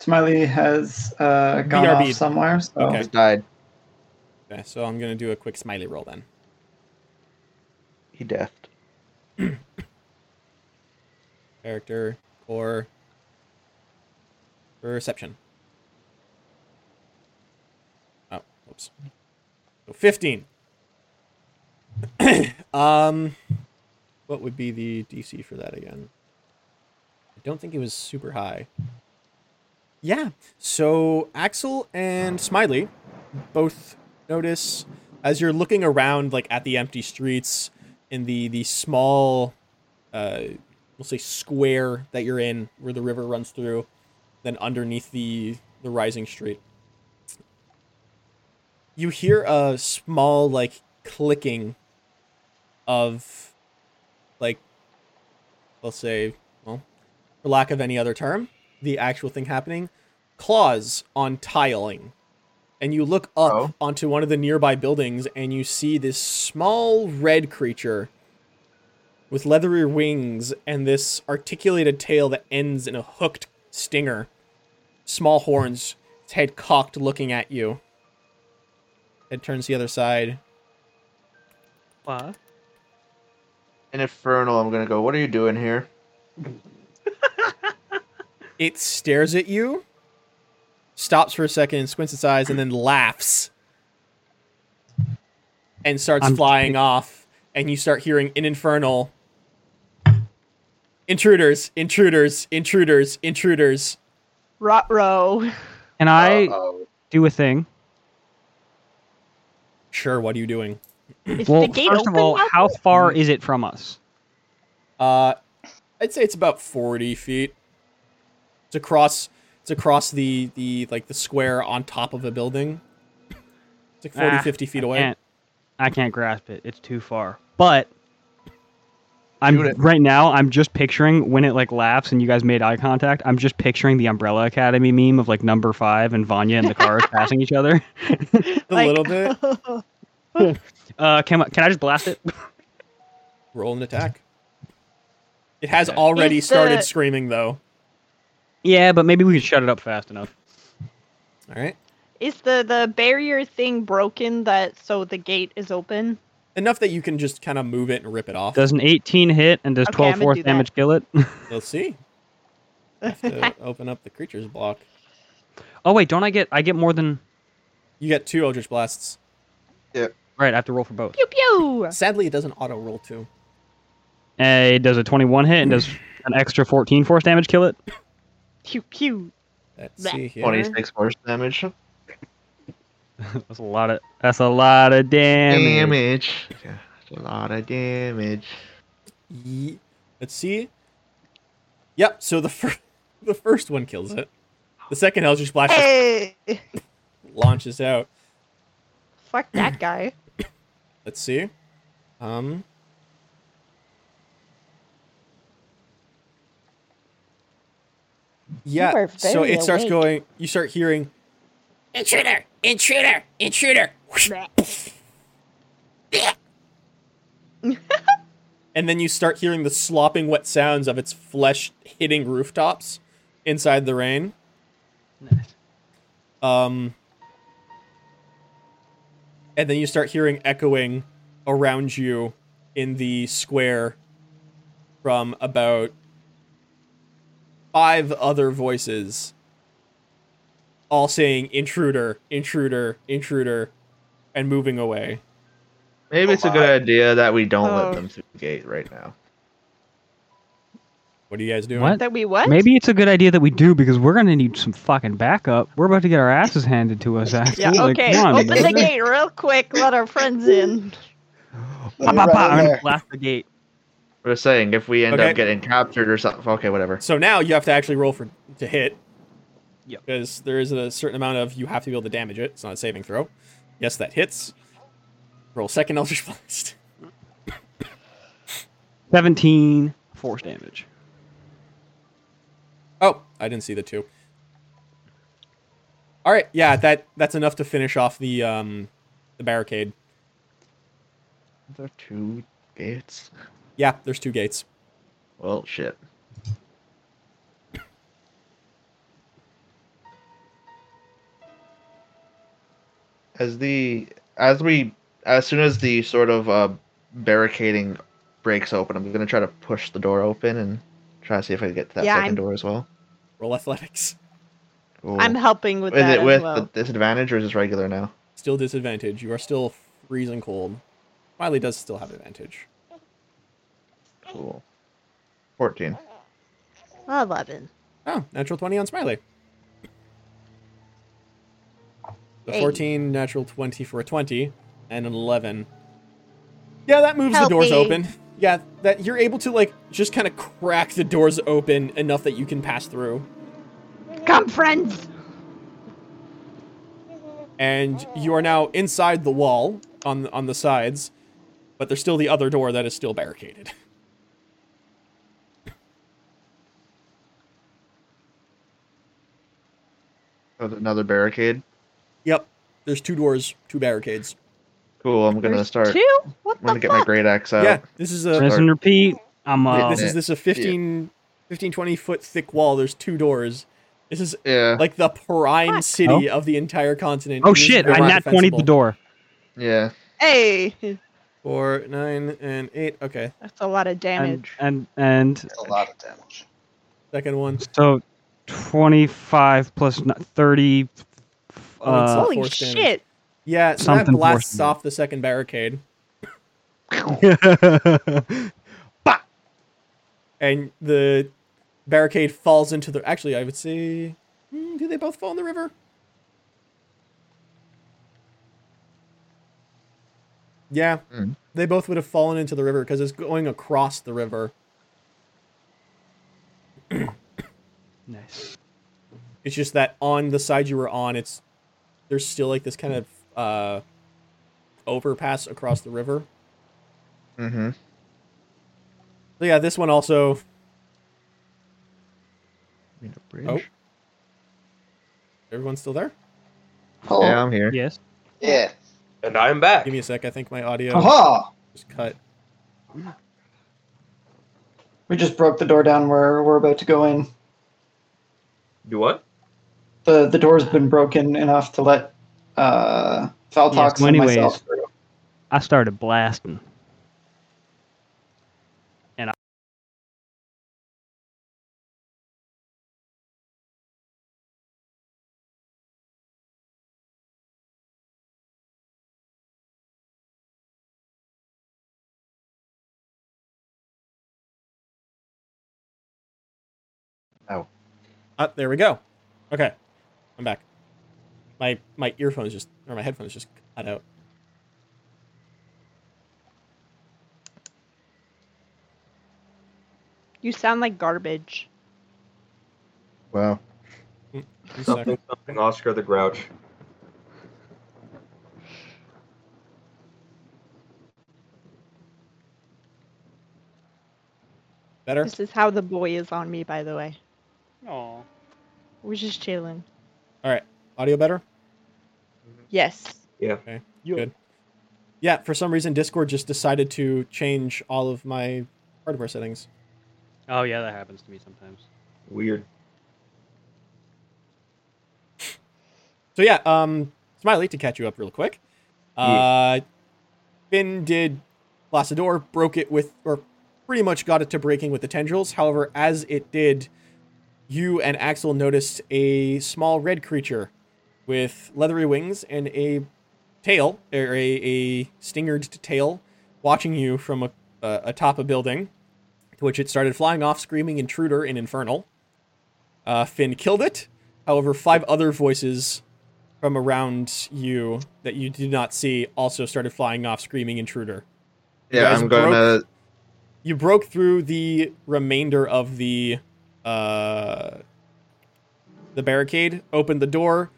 G: Smiley has uh, gone
A: BRB.
G: off somewhere, so
A: Okay.
D: I died.
A: Yeah, so I'm going to do a quick Smiley roll then.
D: He deafed.
A: Character, core, perception. Oh, whoops. So 15. um, what would be the DC for that again? I don't think it was super high. Yeah. So Axel and Smiley both notice as you're looking around, like at the empty streets in the the small, uh, we'll say square that you're in, where the river runs through, then underneath the the rising street. You hear a small like clicking of like let's say well for lack of any other term the actual thing happening claws on tiling and you look up
D: Oh.
A: onto one of the nearby buildings and you see this small red creature with leathery wings and this articulated tail that ends in a hooked stinger small horns its head cocked looking at you it turns the other side
F: What?
D: In Infernal, I'm gonna go. What are you doing here?
A: It stares at you, stops for a second, squints its eyes, and then laughs and starts
F: I'm-
A: flying off. And you start hearing in Infernal intruders, intruders, intruders, intruders.
C: Rot row.
F: Can I
B: Uh-oh.
F: do a thing?
A: Sure, what are you doing?
C: Is
F: well,
C: the gate
F: first
C: open?
F: of all,
C: now?
F: how far is it from us?
A: Uh, I'd say it's about 40 feet. It's across. It's across the, the like the square on top of a building. It's like 40,
F: Ah,
A: 50 feet
F: I
A: away.
F: Can't, I can't grasp it. It's too far. But I'm
D: Shoot it.
F: right now. I'm just picturing when it like laughs and you guys made eye contact. I'm just picturing the Umbrella Academy meme of like number five and Vanya and the cars passing each other.
A: A little bit.
F: Uh, can I- can I just blast it?
A: Roll an attack. It has already
C: Is
A: started
C: the-
A: screaming though.
F: yeah, but maybe we can shut it up fast enough.
A: All right.
C: Is the the barrier thing broken that so the gate is open?
A: Enough that you can just kind of move it and rip it off.
F: Does an 18 hit and does
C: Okay,
F: 12
C: I'ma
F: force
C: do that.
F: damage kill it?
A: Let's see. Have to open up the creature's block.
F: oh wait, don't I get I get more than
A: You get two Eldritch Blasts.
F: right? I have to roll for both.
C: Pew pew.
A: Sadly, it doesn't auto roll two.
F: Uh, it does a 21 hit and does an extra 14 force damage kill it.
C: Pew pew.
A: Let's
C: Bleh.
A: see here.
D: 26 force damage.
F: That's a lot of that's a lot of damage.
D: Damage. Yeah, that's a lot of damage.
A: Ye- Let's see. Yep. So the first the first one kills it. The second Eldritch Blast just
C: Hey.
A: launches out.
C: Fuck that guy.
A: Let's see. Um. Yeah.
C: are
A: So
C: very
A: it starts
C: awake.
A: going. You start hearing intruder, intruder, intruder, and then you start hearing the slopping wet sounds of its flesh hitting rooftops inside the rain.
F: Nice.
A: Um, and then you start hearing echoing around you in the square from about five other voices, all saying intruder, intruder, intruder, and moving away.
D: Maybe
B: Oh
D: it's a
B: my.
D: good idea that we don't
C: Oh.
D: let them through the gate right now.
A: What are you guys doing?
F: What?
C: That we what?
F: Maybe it's a good idea that we do because we're gonna need some fucking backup. We're about to get our asses handed to us. Actually,
C: Yeah.
F: Like,
C: Okay.
F: come on,
C: Open the
F: brother.
C: gate real quick. Let our friends in.
F: Pa,
B: Let me
F: pa,
B: run
F: pa,
B: in
F: I'm gonna
B: there.
F: blast the gate.
D: We're just saying if we end
A: Okay.
D: up getting captured or something. Okay, whatever.
A: So now you have to actually roll for to hit.
F: Yep.
A: Because there is a certain amount of you have to be able to damage it. It's not a saving throw. Yes, that hits. Roll second Eldritch Blast.
F: 17 force damage.
A: Oh, I didn't see the two. All right, yeah, that that's enough to finish off the um the barricade.
D: There are two gates.
A: Yeah, there's two gates.
D: Well, shit. As the as we as soon as the sort of uh, barricading breaks open, I'm gonna try to push the door open and try to see if I can get to that
C: Yeah,
D: 2nd
C: I'm-
D: door as well.
A: Roll athletics.
D: Cool.
C: I'm helping with
D: Is
C: that
D: it with
C: as well.
D: the disadvantage or is this regular now?
A: Still disadvantage. You are still freezing cold. Miley does still have advantage.
D: Cool. Fourteen.
C: Eleven.
A: Oh, natural 20 on Smiley. The
C: Hey.
A: 14, natural 20 for a 20, and an 11. Yeah, that moves
C: Help
A: the doors
C: me.
A: open. Yeah, that you're able to like just kind of crack the doors open enough that you can pass through.
C: Come, friends.
A: and you are now inside the wall on on the sides, but there's still the other door that is still barricaded.
D: Another barricade.
A: Yep, there's two doors, two barricades.
D: Cool. I'm gonna
C: There's
D: start.
C: Two? What
D: I'm gonna
C: the
D: get my
C: fuck?
D: great axe out.
A: yeah, this is a
F: Rinse and repeat. I'm
A: yeah,
F: uh,
A: this is this a 15, 15 20 foot thick wall. There's two doors. This is
D: Yeah.
A: like the prime
C: Fuck.
A: city of the entire continent.
F: Oh
A: It is
F: shit!
A: very
F: I nat twenty
A: defensible.
F: the door.
D: yeah.
C: Hey,
A: Four, nine, and eight. Okay,
C: that's a lot of
F: And
C: damage.
F: and and
B: That's a lot of damage.
A: second one.
F: so twenty five plus n- thirty.
C: Oh,
A: it's
F: Uh,
A: all-
C: Holy
A: force damage.
C: shit!
A: Yeah, so that
F: Something
A: blasts
F: forced me.
A: off the second barricade,
D: Mm-hmm.
A: and the barricade falls into the. Actually, I would say, hmm, do they both fall in the river? Yeah,
D: Mm.
A: they both would have fallen into the river because it's going across the river.
F: nice.
A: It's just that on the side you were on, it's there's still like this kind of uh, overpass across the river.
D: Mm-hmm.
A: So yeah, this one also
D: Need a bridge.
A: Oh. Everyone's still there?
G: Hello.
D: Yeah, I'm here.
F: Yes.
B: Yeah.
E: And I'm back.
A: Give me a sec. I think my audio
G: Oh. Aha!
A: was cut.
G: We just broke the door down where we're about to go in.
E: Do what?
G: The the door's been broken enough to let uh Faltox
F: Yes,
G: and
F: anyways.
G: myself through.
F: I started blasting.
A: Ah, there we go. Okay, I'm back. My my earphones just or my headphones just cut out.
C: You sound like garbage.
D: Wow.
A: One sec.
E: Something, something, Oscar the Grouch.
A: Better.
C: This is how the boy is on me, by the way.
H: Oh.
C: We're just chilling.
A: Audio better.
C: Yes.
A: Good. Yeah, for some reason Discord just decided to change all of my hardware settings.
H: Oh yeah, that happens to me sometimes.
E: Weird.
A: So yeah, um, Smiley to catch you up real quick. Uh, Finn did Placidor, broke it with, or pretty much got it to breaking with the tendrils. However, as it did, you and Axel noticed a small red creature with leathery wings and a tail, or a, a stingered tail, watching you from a, uh, atop a building, to which it started flying off, screaming intruder and infernal. Uh, Finn killed it. However, five other voices from around you that you did not see also started flying off, screaming intruder. You
D: Yeah,
A: guys
D: I'm gonna.
A: You broke through the remainder of the uh, the barricade, opened the door,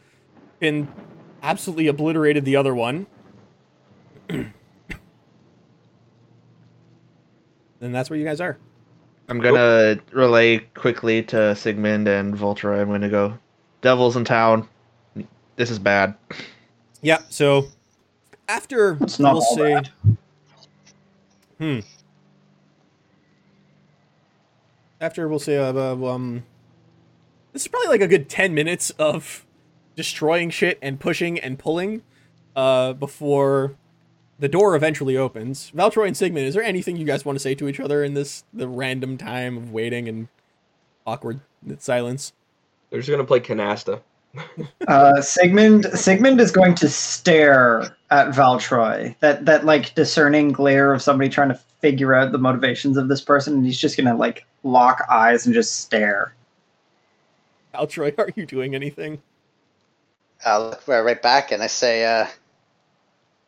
A: and absolutely obliterated the other one. and that's where you guys are.
D: I'm gonna relay quickly to Sigmund and Voltra. I'm gonna go. Devils in town. This is bad.
A: Yeah. So after
G: It's not
A: we'll
G: all
A: say,
G: bad.
A: hmm. After we'll say, uh, uh, um, this is probably like a good ten minutes of destroying shit and pushing and pulling, uh, before the door eventually opens. Valtroy and Sigmund, is there anything you guys want to say to each other in this the random time of waiting and awkward silence?
E: They're just gonna play canasta.
G: Uh, Sigmund Sigmund is going to stare at Valtroy. That that like discerning glare of somebody trying to figure out the motivations of this person, and he's just gonna like lock eyes and just stare.
A: Altroy, are you doing anything?
B: I uh, look right right back and I say, uh,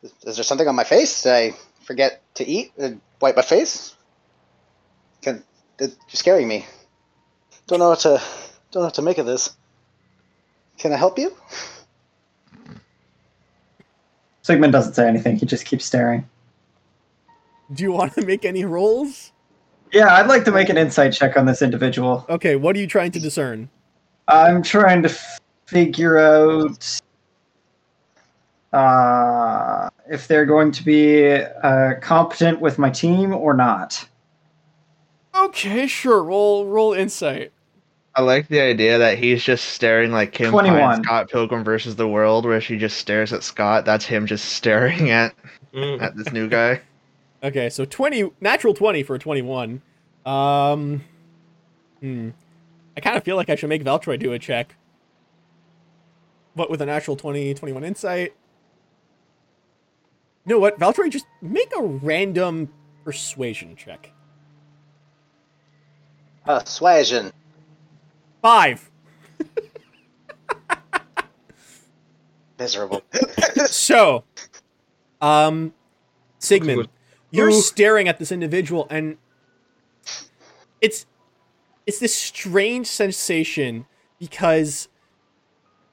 B: is- "Is there something on my face? Did I forget to eat? and wipe my face? Can, it, you're scaring me. Don't know what to don't know what to make of this. Can I help you?
G: Sigmund doesn't say anything. He just keeps staring.
A: Do you want to make any rolls?
G: Yeah, I'd like to make an insight check on this individual.
A: Okay, what are you trying to discern?
G: I'm trying to f- figure out uh, if they're going to be uh, competent with my team or not.
A: Okay, sure. Roll, roll insight.
D: I like the idea that he's just staring like Kim Pine,
G: 21.
D: Scott Pilgrim versus the World, where she just stares at Scott. That's him just staring at
E: Mm.
D: at this new guy.
A: Okay, so twenty natural twenty for a twenty-one. Um, hmm. I kind of feel like I should make Valtroy do a check, but with a natural 20, 21 insight. You know what, Valtroy? Just make a random persuasion check.
B: Uh, Swasion.
A: Five.
B: Miserable.
A: So, um, Sigmund, you're
E: Ooh.
A: staring at this individual, and it's it's this strange sensation because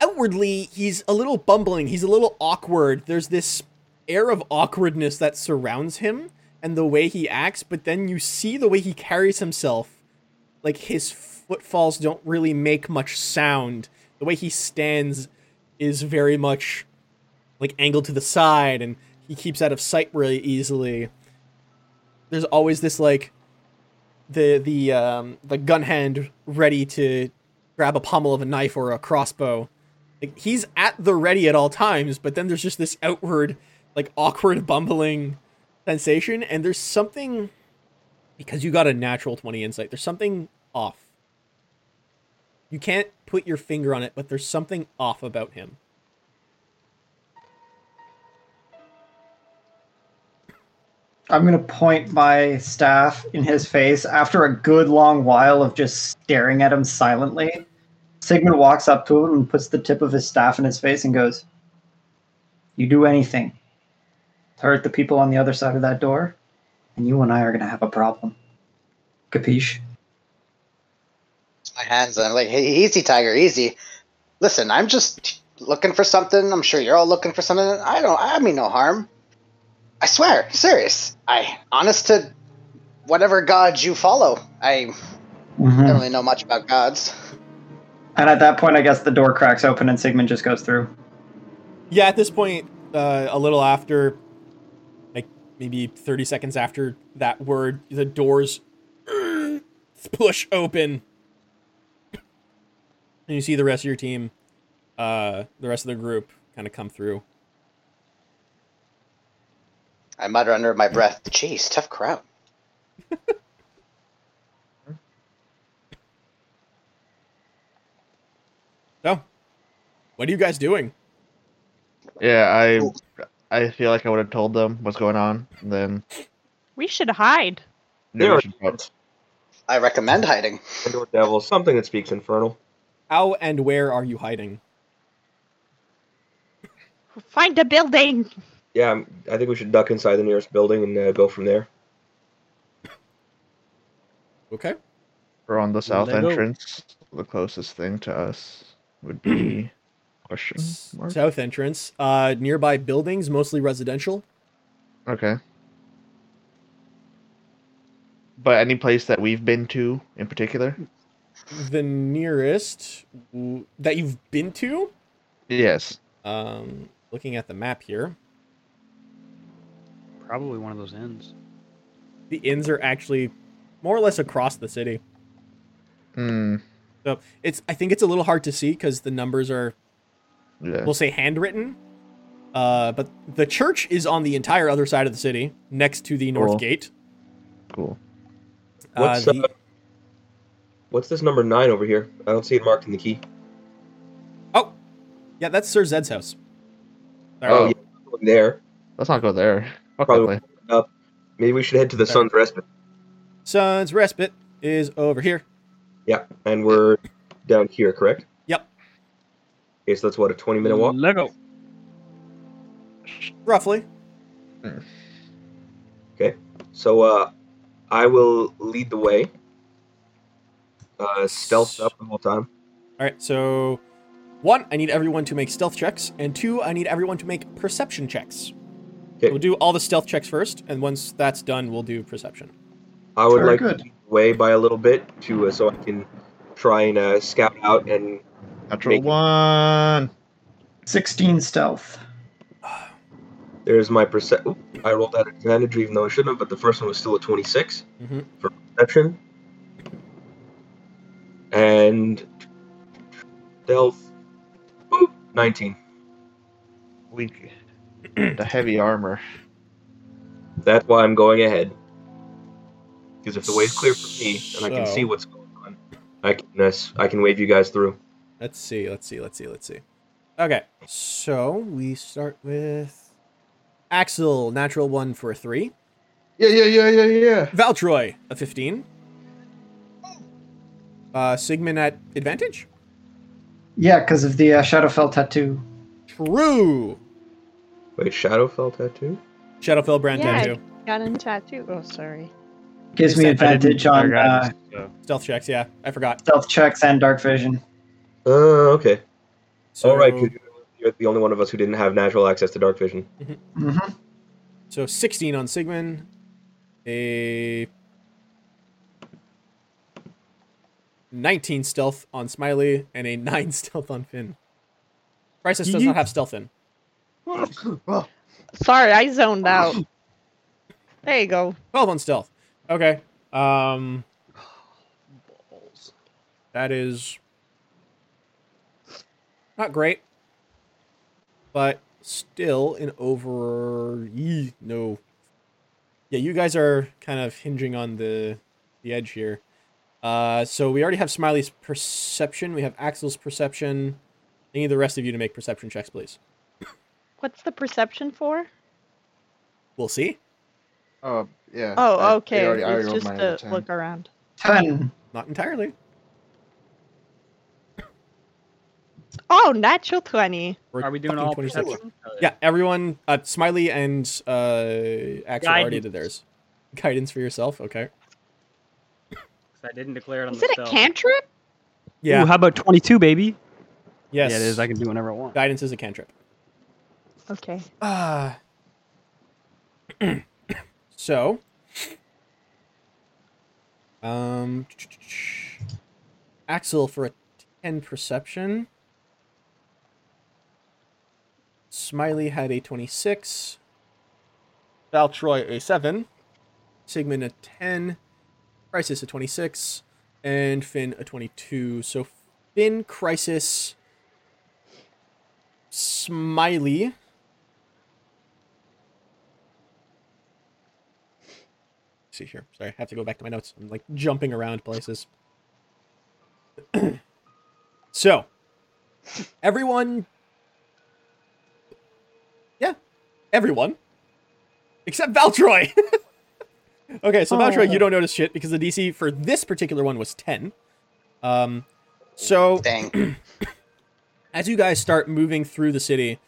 A: outwardly he's a little bumbling, he's a little awkward. There's this air of awkwardness that surrounds him and the way he acts, but then you see the way he carries himself like his footfalls don't really make much sound. The way he stands is very much like angled to the side and he keeps out of sight really easily. There's always this like the the um the gun hand ready to grab a pommel of a knife or a crossbow. Like he's at the ready at all times, but then there's just this outward like awkward bumbling sensation and there's something because you got a natural 20 insight. There's something off. You can't put your finger on it, but there's something off about him.
G: I'm going to point my staff in his face after a good long while of just staring at him silently. Sigmund walks up to him and puts the tip of his staff in his face and goes, You do anything to hurt the people on the other side of that door, and you and I are going to have a problem. Capiche?
B: my hands. I'm like, hey, easy, Tiger, easy. Listen, I'm just looking for something. I'm sure you're all looking for something. I don't. I mean no harm. I swear, serious. I honest to whatever god you follow. I
G: Hmm.
B: don't really know much about gods.
G: And at that point, I guess the door cracks open and Sigmund just goes through.
A: Yeah, at this point, uh, a little after, like maybe 30 seconds after that word, the doors push open. And you see the rest of your team, uh, the rest of the group kind of come through.
B: I mutter under my breath, "Jeez, tough crowd."
A: So, what are you guys doing?
D: Yeah, I I feel like I would have told them what's going on. And then
C: We should hide.
E: Yeah.
D: no, we should go.
B: I recommend hiding.
E: Indoor devil, something that speaks infernal.
A: How and where are you hiding?
C: Find a building.
E: Yeah, I'm- I think we should duck inside the nearest building and uh, go from there.
A: Okay.
D: we're on the south
F: Lego.
D: entrance. The closest thing to us would be question mark.
A: South entrance. Uh, nearby buildings, mostly residential.
D: Okay. But any place that we've been to in particular?
A: The nearest w- that you've been to
D: Yes.
A: Um, looking at the map here,
H: Probably one of those inns.
A: the inns are actually more or less across the city.
D: Hmm.
A: So it's I think it's a little hard to see because the numbers are
D: Yeah.
A: we'll say handwritten. Uh, but the church is on the entire other side of the city, next to the north
D: Cool.
A: gate.
D: Cool.
A: Uh,
E: What's, uh,
A: the,
E: What's this number nine over here? I don't see it marked in the key.
A: yeah, that's Sir Zed's house. Sorry.
D: Oh,
E: yeah, there.
D: Let's not go there. Fuck that
E: Probably-
D: place.
E: Maybe we should head to the
A: Sorry.
E: Sun's Respite.
A: Sun's respite. is over here.
E: Yeah, and we're down here, correct?
A: Yep.
E: Okay, so that's what a twenty-minute walk.
H: Lego.
A: Roughly.
G: Mm-hmm.
E: So uh, I will lead the way. Uh, stealth up the whole time.
A: All right, so one, I need everyone to make stealth checks, and two, I need everyone to make perception checks.
E: Okay.
A: We'll do all the stealth checks first, and once that's done, we'll do perception.
E: I would
G: Very
E: like
G: good.
E: to lead the way by a little bit to uh, so I can try and uh, scout out and
D: Natural
E: Make-
D: one.
G: 16 stealth.
E: there's my percep. oop, I rolled out a advantage even though I shouldn't have, but the first one was still a 26
A: Mhm.
E: for perception. And stealth, boop, 19.
D: We the heavy armor.
E: That's why I'm going ahead. Because if the way's clear for me and I can
A: So-
E: see what's going on, I can uh, s- I can wave you guys through.
A: Let's see, let's see, let's see, let's see. Okay, so we start with Axel, natural one for a three.
D: Yeah, yeah, yeah, yeah, yeah.
A: Valtroy, a 15. Uh, Sigmund at advantage?
G: Yeah, because of the uh, Shadowfell tattoo.
A: True!
E: Wait, Shadowfell tattoo?
A: Shadowfell brand
C: Yeah.
A: tattoo.
C: Got in tattoo. Oh, sorry.
G: Gives me
A: I
G: advantage on uh,
A: Stealth checks, yeah, I forgot.
G: stealth checks and dark vision.
E: Oh, okay.
A: So,
E: All right, 'cause you're- you're the only one of us who didn't have natural access to dark vision.
G: hmm
A: So 16 on Sigmund. A 19 stealth on Smiley and a 9 stealth on Finn. Crisis does not have stealth in.
C: Sorry, I zoned out. There you go.
A: 12 on stealth. Okay. Um That is not great, but still an over yee, no. Yeah, you guys are kind of hinging on the the edge here. Uh, so we already have Smiley's perception. We have Axel's perception. I need the rest of you to make perception checks, please.
C: What's the perception for?
A: We'll see.
D: Oh, yeah. I- I
C: Oh, okay.
D: already- I already
C: it's
D: rolled
C: just
D: mine over
C: to
D: 10.
C: look around.
G: 10.
A: Not entirely.
C: Oh, natural 20.
A: We're
H: Are we doing
A: fucking
H: all
A: 26.
H: perception? Oh,
A: Yeah, everyone. Uh, Smiley and uh, Axel already
H: Guidance.
A: did theirs. Guidance for yourself, okay?
H: 'cause I didn't declare it on
C: Is
H: the
C: it a
H: stealth.
C: cantrip?
A: Yeah.
F: Ooh, how about 22, baby?
A: yes.
H: Yeah, it is. I can do whenever I want.
A: Guidance is a cantrip.
C: Okay.
A: Ah. so. Um. Axel for a 10 perception. Smiley had a 26. Valtroy a 7. Sigmund a 10. Crisis a 26. And Finn a 22. So Finn, Crisis, Smiley. see here. Sorry, I have to go back to my notes. I'm like jumping around places. so, everyone. Yeah, everyone. Except Valtroy! okay, so Valtroy, you don't notice shit because the DC for this particular one was 10. Um, so
B: Dang.
A: as you guys start moving through the city,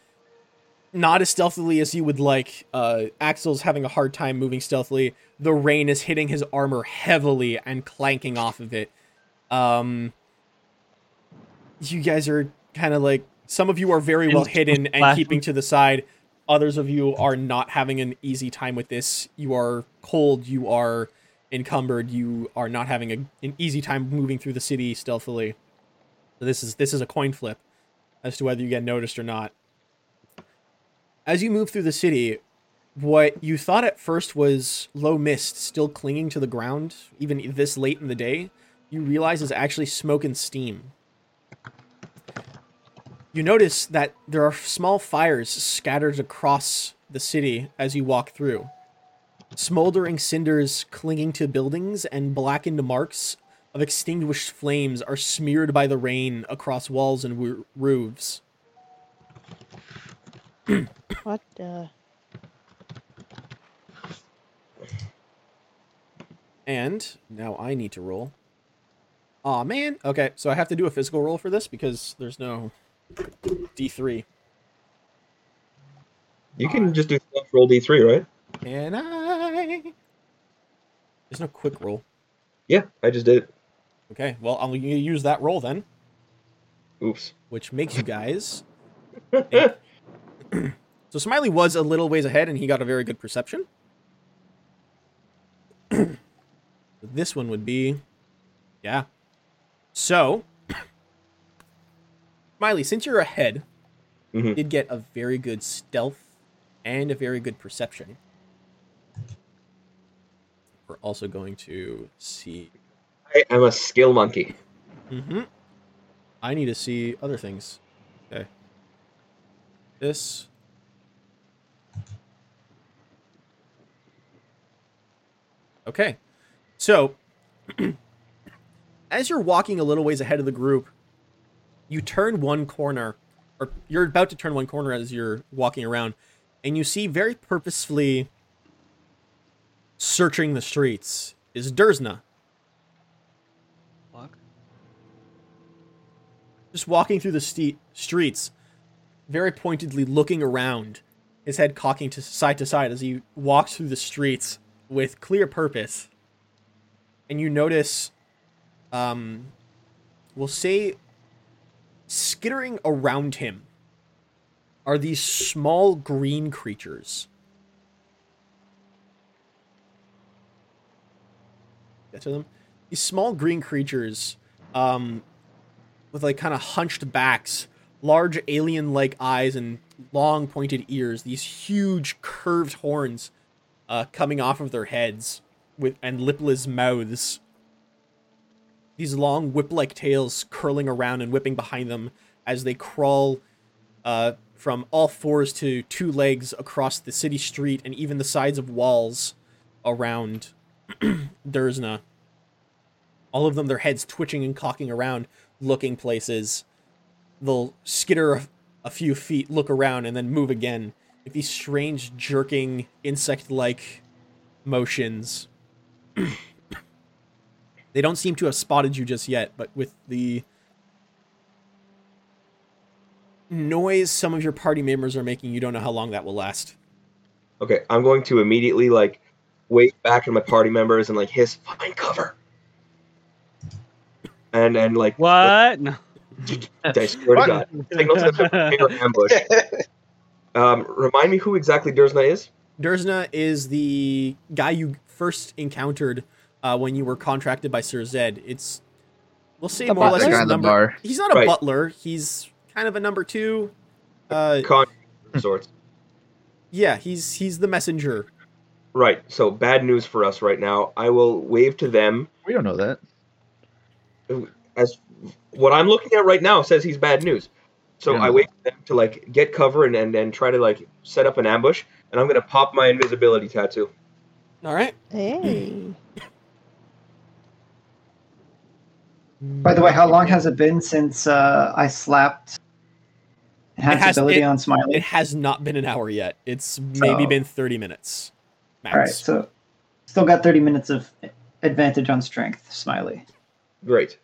A: not as stealthily as you would like, uh, Axel's having a hard time moving stealthily. The rain is hitting his armor heavily and clanking off of it. Um, you guys are kind of like some of you are very well
F: And-
A: hidden and
F: Flash-
A: keeping to the side. Others of you are not having an easy time with this. You are cold. You are encumbered. You are not having a, an easy time moving through the city stealthily. So this is this is a coin flip as to whether you get noticed or not. As you move through the city, what you thought at first was low mist still clinging to the ground, even this late in the day, you realize is actually smoke and steam. You notice that there are small fires scattered across the city as you walk through. Smoldering cinders clinging to buildings and blackened marks of extinguished flames are smeared by the rain across walls and wo- roofs.
C: What the?
I: And now I need to roll. Aw, man. Okay, so I have to do a physical roll for this because there's no D3.
E: You can just do stealth roll d3, right?
I: And I. There's no quick roll.
E: Yeah, I just did it.
I: Okay, well, I'm going to use that roll then,
E: Oops.
I: which makes you guys. a- so Smiley was a little ways ahead and he got a very good perception. this one would be. Yeah. So. Smiley, since you're ahead,
E: Mhm.
I: did get a very good stealth and a very good perception. We're also going to see.
E: I am a skill monkey.
I: Mm-hmm. I need to see other things. Okay. This. Okay. So, as you're walking a little ways ahead of the group, you turn one corner, or you're about to turn one corner as you're walking around, and you see very purposefully searching the streets is Dursna.
J: Fuck.
I: just walking through the ste- streets, very pointedly looking around, his head cocking to side to side as he walks through the streets with clear purpose. And you notice, um, we'll say, skittering around him are these small green creatures. Get to them. These small green creatures, um, with like kind of hunched backs, large alien like eyes, and long pointed ears, these huge curved horns uh, coming off of their heads with and lipless mouths. These long whip like tails curling around and whipping behind them as they crawl uh, from all fours to two legs across the city street and even the sides of walls around Dursna. All of them, their heads twitching and cocking around, looking places. They'll skitter a, a few feet, look around, and then move again. With these strange, jerking, insect like motions. they don't seem to have spotted you just yet, but with the noise some of your party members are making, you don't know how long that will last.
E: Okay, I'm going to immediately like wave back at my party members and like hiss, "Find cover!" And and like
F: What? No.
E: I swear to God, signal to them to prepare ambush. Um, remind me who exactly Dursna is.
I: Dursna is the guy you first encountered uh, when you were contracted by Sir Zed. It's we'll say
C: The
I: more or less
C: butler?
D: That
I: his
D: guy in the
I: number.
D: bar.
I: He's not a
E: Right.
I: butler. He's kind of a number two. Uh,
E: Con of sorts.
I: yeah, he's he's the messenger.
E: Right. So bad news for us right now. I will wave to them
D: We don't know that.
E: as what I'm looking at right now says he's bad news. So
D: Yeah.
E: I wait for them to like get cover and, and and try to like set up an ambush, and I'm gonna pop my invisibility tattoo.
I: All right.
C: Hey.
G: By the way, how long has it been since uh, I slapped enhance
I: has-
G: ability
I: it-
G: on Smiley?
I: It has not been an hour yet. It's maybe
G: So-
I: been thirty minutes, max.
G: All right, so still got 30 minutes of advantage on strength, Smiley.
E: Great.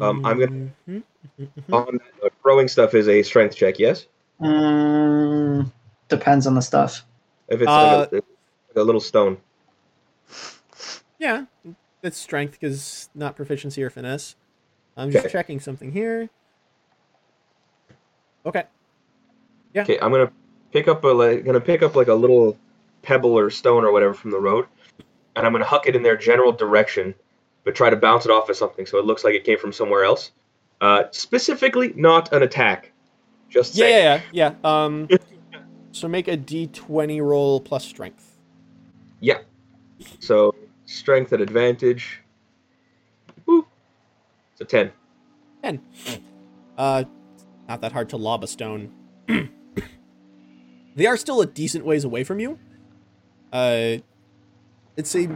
E: Um, I'm
I: gonna. Mm-hmm.
E: On that note, throwing stuff is a strength check. Yes.
G: Mm, depends on the stuff.
E: If it's
I: Uh,
E: like, a, like a little stone.
I: Yeah, it's strength because not proficiency or finesse. I'm just
E: Okay.
I: checking something here. Okay.
E: Okay, I'm gonna pick up a like, gonna pick up like a little pebble or stone or whatever from the road, and I'm gonna huck it in their general direction, but try to bounce it off of something so it looks like it came from somewhere else. Uh, specifically, not an attack. Just
I: Yeah,
E: saying.
I: yeah, yeah, yeah. Um, so make a d20 roll plus strength.
E: So strength at advantage. Boop. It's a ten.
I: Ten. Uh, not that hard to lob a stone. they are still a decent ways away from you. Uh, it's a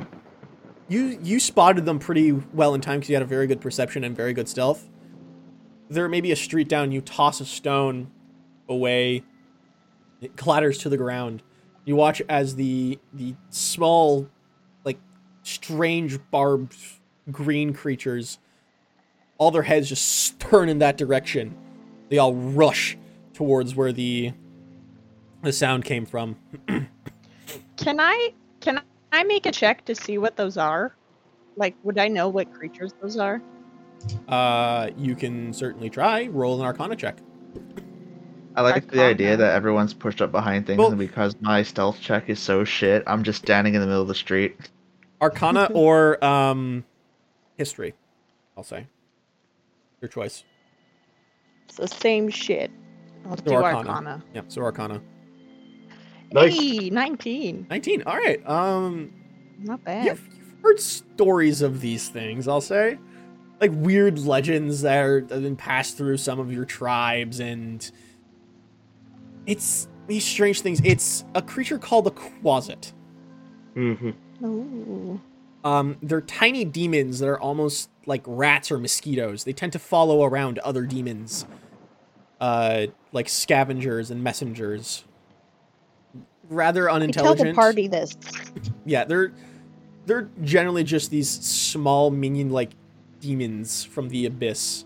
I: you you spotted them pretty well in time because you had a very good perception and very good stealth. There may be a street down. You toss a stone away. It clatters to the ground. You watch as the the small, like
A: strange barbed green creatures. All their heads just turn in that direction. They all rush towards where the the sound came from.
C: Can I can I make a check to see what those are? Like, would I know what creatures those are?
A: Uh, you can certainly try. Roll an Arcana check.
D: I like the
C: Arcana.
D: idea that everyone's pushed up behind things,
A: Well-
D: and because my stealth check is so shit, I'm just standing in the middle of the street.
A: Arcana or um, history. I'll say your choice.
C: It's the same shit. I'll do
A: Arcana.
C: Arcana.
A: Yeah, so Arcana.
E: Nice.
C: Hey, 19.
A: 19. All right. Um,
C: Not bad.
A: you've, you've heard stories of these things, I'll say. Like weird legends that are, that have been passed through some of your tribes, and it's these strange things. It's a creature called a quasit.
E: Mm-hmm.
C: Ooh.
A: Um, they're tiny demons that are almost like rats or mosquitoes. They tend to follow around other demons, uh, like scavengers and messengers. Rather
C: You tell
A: unintelligent.
C: the party this.
A: Yeah, they're they're generally just these small minion-like demons from the abyss.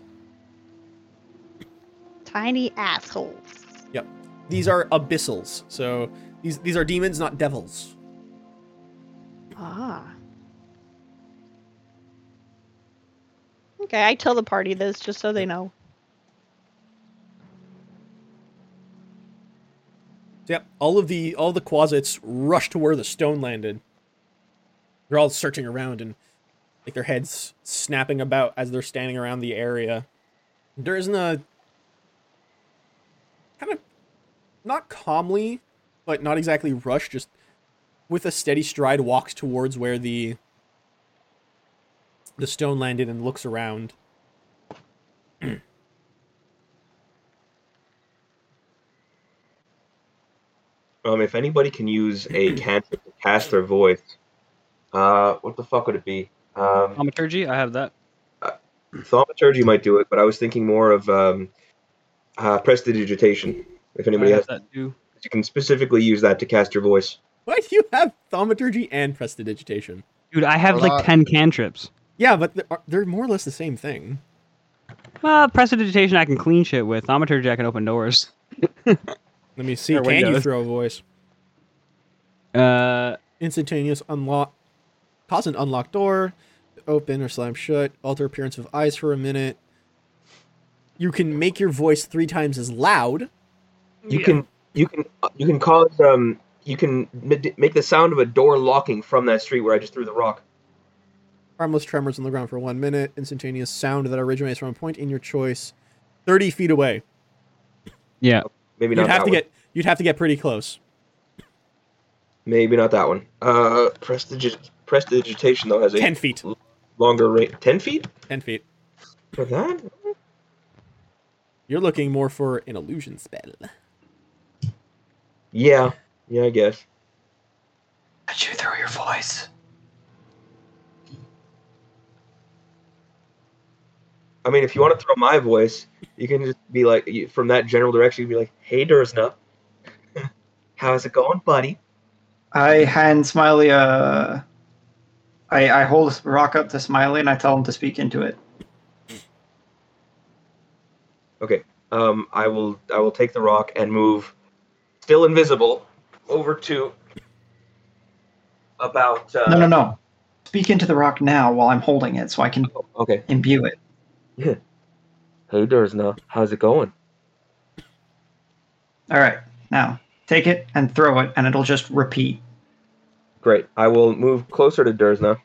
C: Tiny assholes.
A: These are abyssals, so these these are demons, not devils.
C: Ah. Okay, I tell the party this just so they know.
A: So, yep, all of the all the quasits rush to where the stone landed. They're all searching around and like their heads snapping about as they're standing around the area. There isn't a kind of not calmly, but not exactly rush, just with a steady stride walks towards where the the stone landed and looks around.
E: Um, if anybody can use a cantrip to cast their voice, uh, what the fuck would it be? Um,
H: Thaumaturgy, I have that.
E: thaumaturgy might do it, but I was thinking more of um, uh, prestidigitation. If anybody
H: I
E: has,
H: have that too.
E: you can specifically use that to cast your voice.
A: Why do you have thaumaturgy and prestidigitation?
F: Dude, I have
D: A
F: like
D: lot.
F: 10 cantrips.
A: Yeah, but they're, they're more or less the same thing.
F: Well, prestidigitation I can clean shit with. Thaumaturgy I can open doors.
A: Let me see.
F: Or
A: Can you
F: windows.
A: throw a voice?
F: Uh,
A: Instantaneous unlock. Cause an unlocked door. to Open or slam shut. Alter appearance of eyes for a minute. You can make your voice three times as loud.
E: You can, you can, you can cause um, you can mid- make the sound of a door locking from that street where I just threw the rock.
A: Harmless tremors on the ground for one minute. Instantaneous sound that originates from a point in your choice, thirty feet away.
F: yeah.
E: Maybe
A: You'd
E: not
A: have
E: that
A: to
E: one.
A: get. You'd have to get pretty close.
E: Maybe not that one. Uh, prestigit- prestidigitation though has a
A: Ten feet.
E: longer range. Ten feet
A: Ten feet.
E: for that.
A: You're looking more for an illusion spell.
E: Yeah, yeah, I guess.
G: Did you throw your voice?
E: I mean, if you want to throw my voice, you can just be like you- from that general direction. You can be like, "Hey, Dursna, how's it going, buddy?"
G: I hand Smiley a. I, I hold Rock up to Smiley and I tell him to speak into it.
E: Okay, um, I will. I will take the rock and move, still invisible, over to about. Uh,
G: No, no, no. Speak into the rock now while I'm holding it so I can
E: no. Okay.
G: imbue it.
E: Hey, Dursna, how's it going?
G: All right, now take it and throw it, and it'll just repeat.
E: Great. I will move closer to Dursna.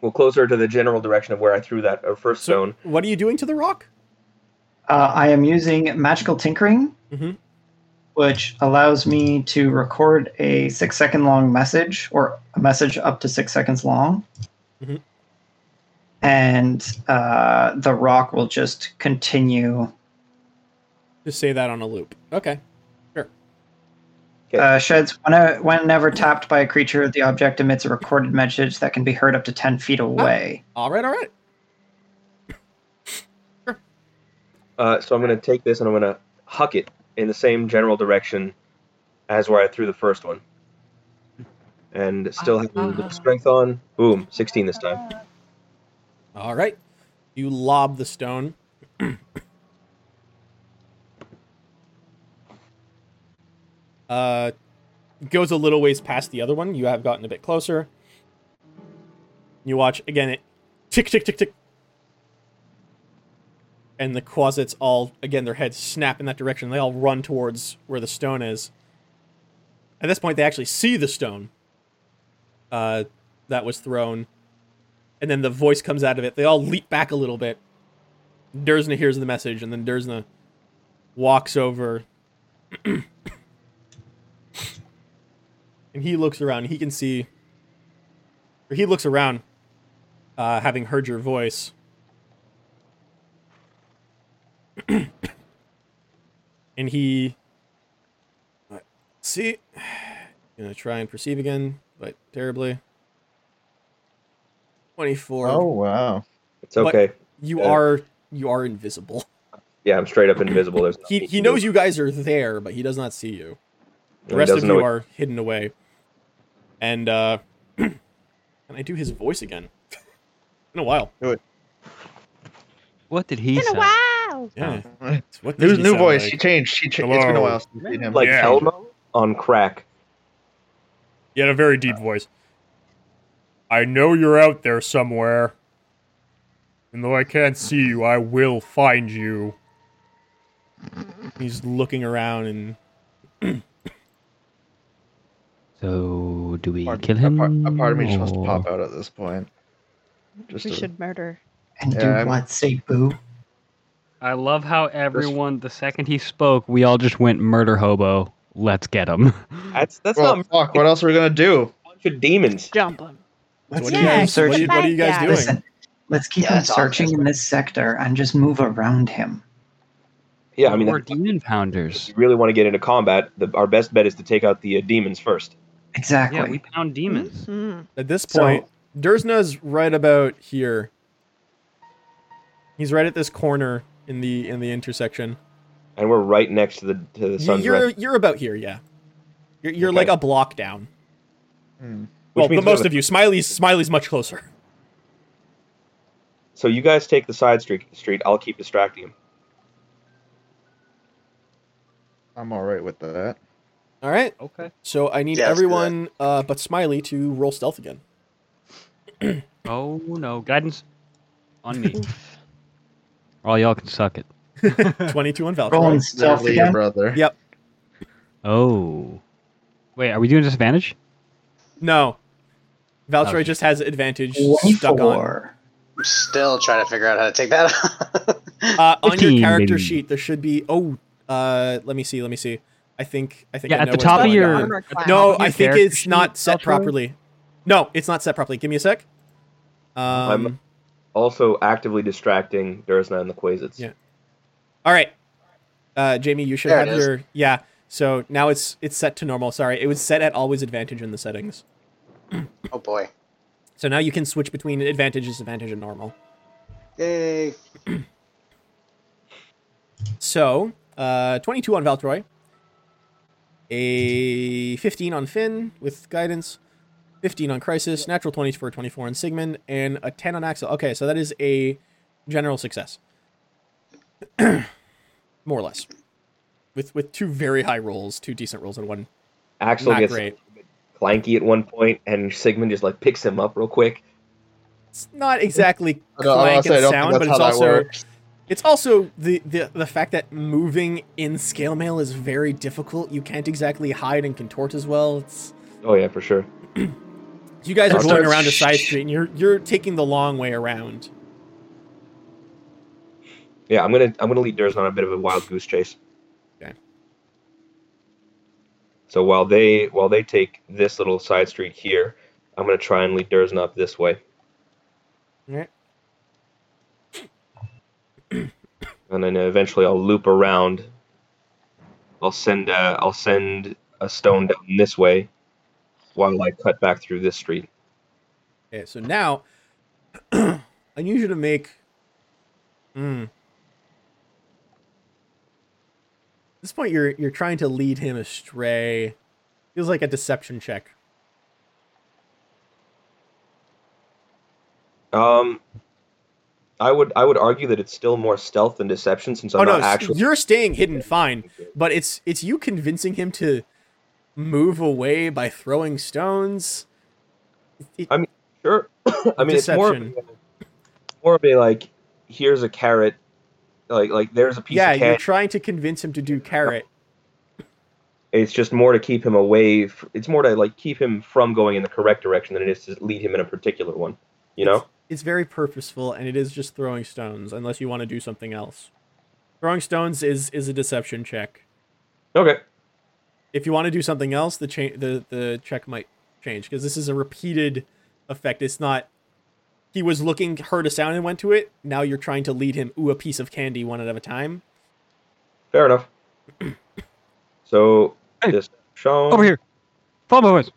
E: Well, closer to the general direction of where I threw that uh, first
A: So,
E: stone.
A: what are you doing to the rock?
G: Uh, I am using magical tinkering,
A: Mhm.
G: which allows me to record a six second long message or a message up to six seconds long.
A: Mhm.
G: And uh, the rock will just continue.
A: Just say that on a loop. Okay.
G: Uh, sheds when- whenever tapped by a creature, the object emits a recorded message that can be heard up to 10 feet away.
A: All right. All right.
E: Uh, so I'm going to take this and I'm going to huck it in the same general direction as where I threw the first one. and still having the strength on. Boom, 16 this time.
A: All right. You lob the stone. uh, goes a little ways past the other one. You have gotten a bit closer. You watch again. It tick tick tick tick. And the quasits all again their heads snap in that direction. They all run towards where the stone is. At this point, they actually see the stone. Uh, that was thrown and then the voice comes out of it. They all leap back a little bit. Dersna hears the message, and then Dersna walks over. and he looks around. He can see. Or he looks around, uh, having heard your voice. and he. Alright, See? Gonna try and perceive again, but terribly. 24.
D: Oh wow.
E: It's
A: But-
E: okay.
A: You
E: Yeah.
A: are you are invisible.
E: Yeah, I'm straight up invisible. There's
A: He
E: nothing
A: he
E: to do.
A: knows you guys are there, but he does not see you. The
E: He
A: rest of
E: doesn't
A: you
E: know it.
A: are hidden away. And uh can I do his voice again? In a while.
F: What did he
C: It's
F: say?
C: been a while.
A: Yeah. It's what
D: New
A: did he
D: new
A: sound
D: voice.
A: like?
D: She changed. She cha- it's been a
A: Hello.
D: while since we've seen him.
E: Like
A: Yeah.
E: Elmo on crack.
A: He had a very deep voice. I know you're out there somewhere. And though I can't see you, I will find you. He's looking around and
F: So do we
D: Part-
F: kill
D: a
F: him?
D: part, a part of me just wants to
F: or-
D: pop out at this point. Just
C: We
D: to-
C: should murder.
G: And do
D: Yeah, I'm-
G: what? Say boo.
F: I love how everyone, the second he spoke, we all just went murder hobo. Let's get him.
E: That's that's
D: well,
E: not
D: fuck. What else are we gonna do?
E: a bunch of demons.
C: Jump him.
G: Let's
A: what, are
C: do
A: you
C: Yeah,
G: keep him
A: guys, what, are you,
G: searching.
A: what are you guys
C: Yeah.
A: doing?
G: Listen, let's keep
B: Yeah,
G: him
B: that's all I'm
G: searching
B: saying.
G: in this sector and just move around him.
E: Yeah, I mean,
F: we're
E: that's,
F: demon
E: if
F: pounders.
E: you really want to get into combat, the, our best bet is to take out the uh, demons first.
G: Exactly.
F: Yeah, we pound demons.
C: Mm.
A: At this
G: So-
A: point, Dersna's right about here. He's right at this corner in the in the intersection.
E: And we're right next to the to the
A: You,
E: sun's
A: you're
E: red,
A: you're about here, yeah. You're, you're
E: Okay.
A: like a block down.
D: Hmm.
A: Well, the
E: means we have
A: most
E: a-
A: of you. Smiley's Smiley's much closer.
E: So you guys take the side street. Street. I'll keep distracting him.
D: I'm all right with that.
A: All right.
C: Mm-hmm.
F: Okay.
A: So I need
B: Yeah, let's do that.
A: everyone uh, but Smiley to roll stealth again.
F: Oh no, guidance on me. All y'all can suck it.
A: Twenty-two on Valkyrie.
G: Rolling stealth
D: Literally your
G: again.
D: brother.
A: Yeah.
F: Oh. Wait, are we doing disadvantage?
A: No, Valkyrie
F: Okay.
A: just has advantage stuck on.
G: Twenty-four.
B: I'm still trying to figure out how to take that.
A: Uh, on your
F: 15,
A: character
F: maybe.
A: sheet, there should be. Oh, uh, let me see. Let me see. I think. I think.
F: Yeah,
A: I
F: at
A: know
F: the
A: what's
F: top of
A: going
F: your-
A: on.
C: Armor class.
A: No,
F: Copy
A: I
F: of
A: think
F: character
A: it's not
F: sheet,
A: set
F: Valkyrie?
A: properly. No, it's not set properly. Give me a sec. Um,
E: I'm- Also, actively distracting Dursna and the Quasits.
A: Yeah. all right, uh, Jamie, you should
B: There it
A: have
B: is.
A: your yeah. So now it's it's set to normal. Sorry, it was set at always advantage in the settings.
B: oh boy.
A: So now you can switch between advantage, disadvantage, and normal.
B: Yay.
A: So uh, twenty-two on Valtroy, a fifteen on Finn with guidance, fifteen on Crisis, natural twenties for twenty-four on Sigmund, and a ten on Axel. Okay, so that is a general success, more or less, with with two very high rolls, two decent rolls, and one
E: Axel
A: Not
E: gets
A: great.
E: clanky at one point, and Sigmund just like picks him up real quick.
A: it's not exactly
D: I don't- I
A: clank
D: also
A: and
D: don't think
A: sound,
D: that's
A: but
D: how
A: it's
D: that
A: also
D: works.
A: it's also the, the the fact that moving in scale mail is very difficult. You can't exactly hide and contort as well. It's
E: Oh yeah, for sure.
A: you guys are
E: Also-
A: going around a side street and you're you're taking the long way around.
E: Yeah, I'm gonna I'm gonna lead Dursna on a bit of a wild goose chase.
A: Okay.
E: So while they while they take this little side street here, I'm gonna try and lead Dursna up this way.
A: Alright.
E: and then eventually I'll loop around. I'll send uh, I'll send a stone down this way, while I cut back through this street.
A: Okay, so now I need you to make Hmm. At this point you're you're trying to lead him astray. Feels like a deception check.
E: Um, I would I would argue that it's still more stealth than deception since I'm
A: oh no,
E: not
A: s-
E: actually.
A: you're staying hidden fine, but it's it's you convincing him to move away by throwing stones. It-
E: I Sure. I mean, it's more
A: Deception.
E: of a, more of a like here's a carrot, like like there's a piece
A: yeah,
E: of
A: you're
E: candy.
A: trying to convince him to do carrot.
E: it's just more to keep him away. f- It's more to like keep him from going in the correct direction than it is to lead him in a particular one. You know.
A: It's very purposeful, and it is just throwing stones, unless you want to do something else. Throwing stones is is a deception check.
E: Okay.
A: If you want to do something else, the cha- the the check might change because this is a repeated effect. It's not. He was looking, heard a sound, and went to it. Now you're trying to lead him. Ooh, a piece of candy, one at a time.
E: Fair enough. So
F: Hey.
E: this shown
F: Over here. Follow my voice.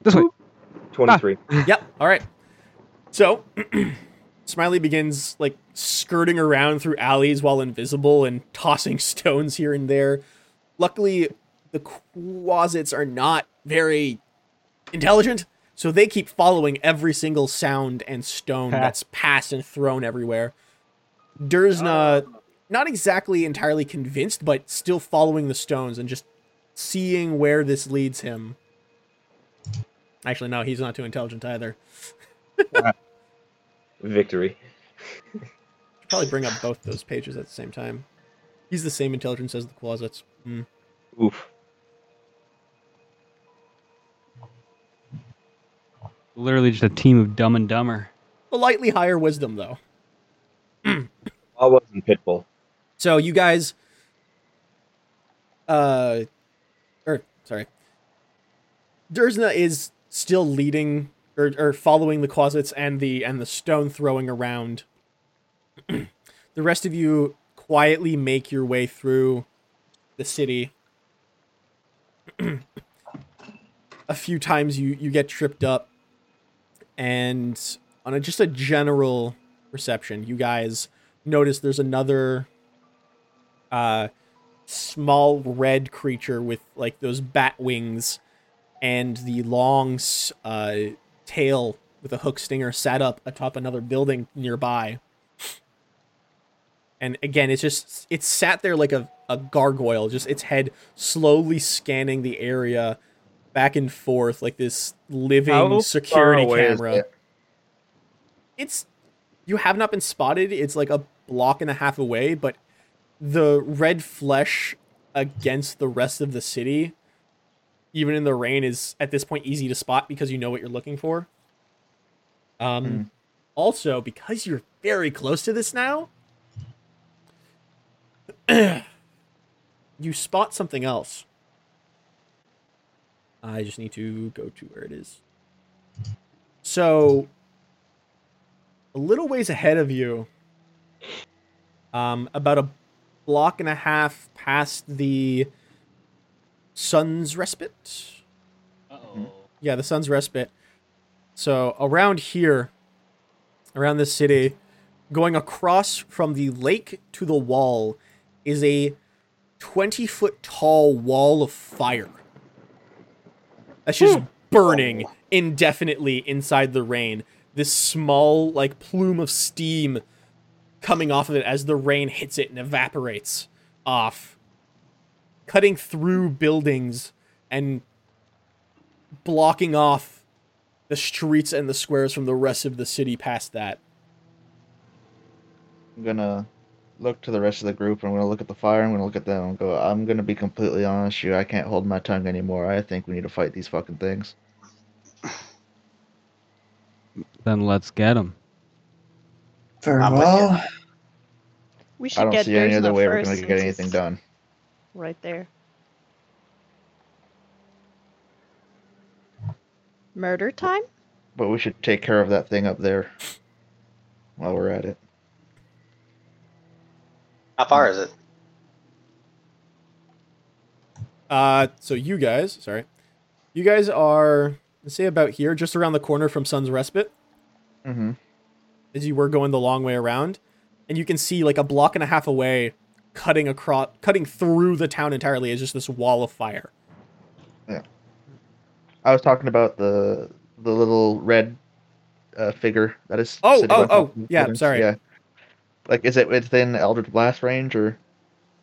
F: This way.
E: twenty-three.
A: yep. All right. So, Smiley begins like skirting around through alleys while invisible and tossing stones here and there. Luckily, the closets are not very intelligent, so they keep following every single sound and stone that's passed and thrown everywhere. Dursna, not exactly entirely convinced, but still following the stones and just seeing where this leads him. Actually, no, he's not too intelligent either.
E: Victory.
A: probably bring up both those pages at the same time. He's the same intelligence as the closets. Hmm.
E: Oof.
F: Literally just a team of dumb and dumber.
A: A lightly higher wisdom, though.
E: I wasn't Pitbull.
A: So you guys, uh, or sorry, Dursna is still leading or, or following the closets and the and the stone throwing around. the rest of you quietly make your way through the city. a few times you you get tripped up, and on a, just a general perception, you guys notice there's another uh small red creature with like those bat wings and the long s- uh tail with a hook stinger sat up atop another building nearby and again it's just it's sat there like a, a gargoyle just its head slowly scanning the area back and forth like this living
D: How far
A: security
D: away is
A: camera
D: it?
A: it's you have not been spotted. It's like a block and a half away, but the red flesh against the rest of the city, even in the rain, is at this point easy to spot because you know what you're looking for. Um,
D: Hmm.
A: also because you're very close to this now, you spot something else. I just need to go to where it is. So a little ways ahead of you, um, about a block and a half past the sun's respite.
H: Uh-oh.
A: Yeah, the sun's respite. So around here, around this city, going across from the lake to the wall, is a twenty foot tall wall of fire. That's just burning indefinitely inside the rain. This small, like plume of steam coming off of it as the rain hits it and evaporates off, cutting through buildings and blocking off the streets and the squares from the rest of the city past that.
D: I'm gonna look to the rest of the group. I'm gonna look at the fire. I'm gonna look at them. And go. I'm gonna be completely honest. with You, I can't hold my tongue anymore. I think we need to fight these fucking things.
F: Then let's get him.
G: Very
B: I'm with
G: well.
C: We
D: I
C: should
D: don't
C: get
D: see any
C: Dursna
D: other way we're
C: first
D: gonna
C: since
D: get anything
C: he's
D: done.
C: Right there. Murder time?
D: But we should take care of that thing up there while we're at it.
B: How far is it?
A: Uh, so you guys, sorry, you guys are let's say about here, just around the corner from Sun's Respite,
D: Mm-hmm.
A: as you were going the long way around, and you can see like a block and a half away, cutting across, cutting through the town entirely is just this wall of fire.
D: I was talking about the the little red uh, figure that is.
A: Oh,
D: sitting
A: oh,
D: on
A: oh,
D: top of
A: yeah,
D: things?
A: sorry.
D: Yeah. Like, is it within Eldritch Blast range or?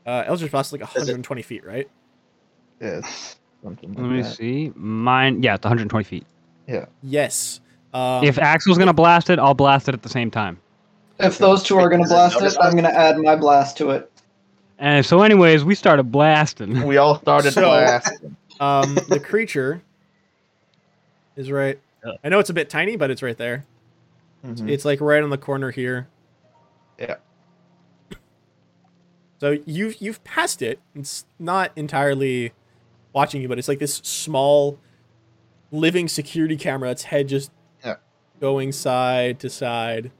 A: Uh, Eldritch Blast is like
B: it-
A: 120 feet, right?
D: Yeah, it's something
F: Let
D: like
F: me
D: that.
F: see. Mine, yeah, it's 120 feet.
A: Yes. Um,
F: if Axel's gonna blast it, I'll blast it at the same time.
G: If those two are going to blast it, I'm going to add my blast to it.
F: And so, anyways, we started blasting.
D: We all started
A: So-
D: blast.
A: um, the creature is right. I know it's a bit tiny, but it's right there.
D: Mhm.
A: It's like right on the corner here.
D: Yeah.
A: So you've you've passed it. It's not entirely watching you, but it's like this small living security camera. Its head just
D: Yeah.
A: going side to side.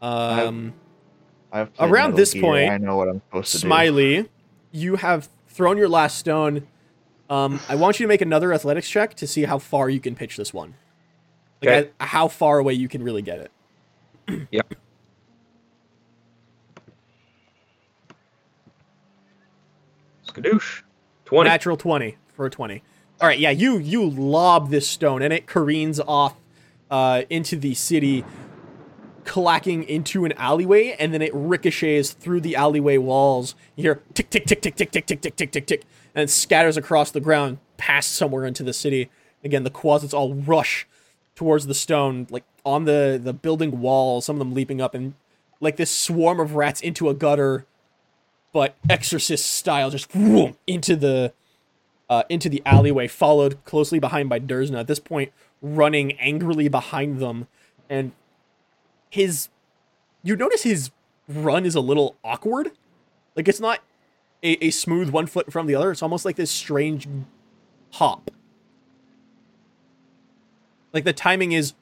A: Um,
D: I've played
A: around
D: Metal
A: this
D: Gear,
A: point,
D: I know what I'm supposed to
A: Smiley, you have thrown your last stone. Um, I want you to make another athletics check to see how far you can pitch this one. Like
E: Okay.
A: uh, how far away you can really get it.
E: Skadoosh. 20.
A: Natural twenty for a twenty. All right, yeah, you you lob this stone and it careens off uh, into the city, clacking into an alleyway, and then it ricochets through the alleyway walls. You hear tick tick tick tick tick tick tick tick tick tick tick, and it scatters across the ground, past somewhere into the city. Again, the quasits all rush towards the stone, like on the the building wall. Some of them leaping up and like this swarm of rats into a gutter, but exorcist style, just whoom, into the uh, into the alleyway, followed closely behind by Dersna. At this point, running angrily behind them, and his you notice his run is a little awkward. Like it's not a, a smooth one foot from the other. It's almost like this strange hop. Like the timing is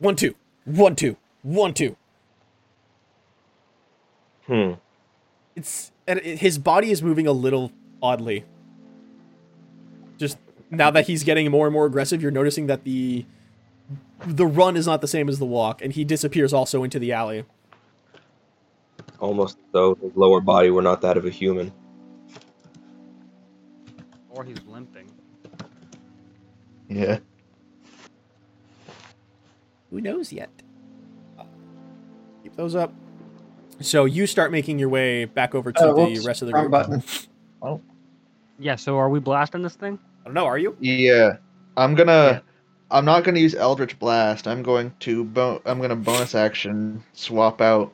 A: one two, one two, one two.
E: Hmm.
A: It's and it- his body is moving a little oddly. Just now that he's getting more and more aggressive, you're noticing that the the run is not the same as the walk, and he disappears also into the alley.
E: Almost though his lower body were not that of a human.
F: Or he's limping.
D: do. Yeah.
A: Who knows yet? Keep those up. So you start making your way back over to
G: Uh,
A: the
G: whoops,
A: rest of the
G: wrong
A: group. I
G: button.
F: Yeah. So, are we blasting this thing?
A: don't know. Are you?
D: Yeah. I'm gonna. I'm not gonna use Eldritch Blast. I'm going to. Bo- I'm gonna bonus action swap out.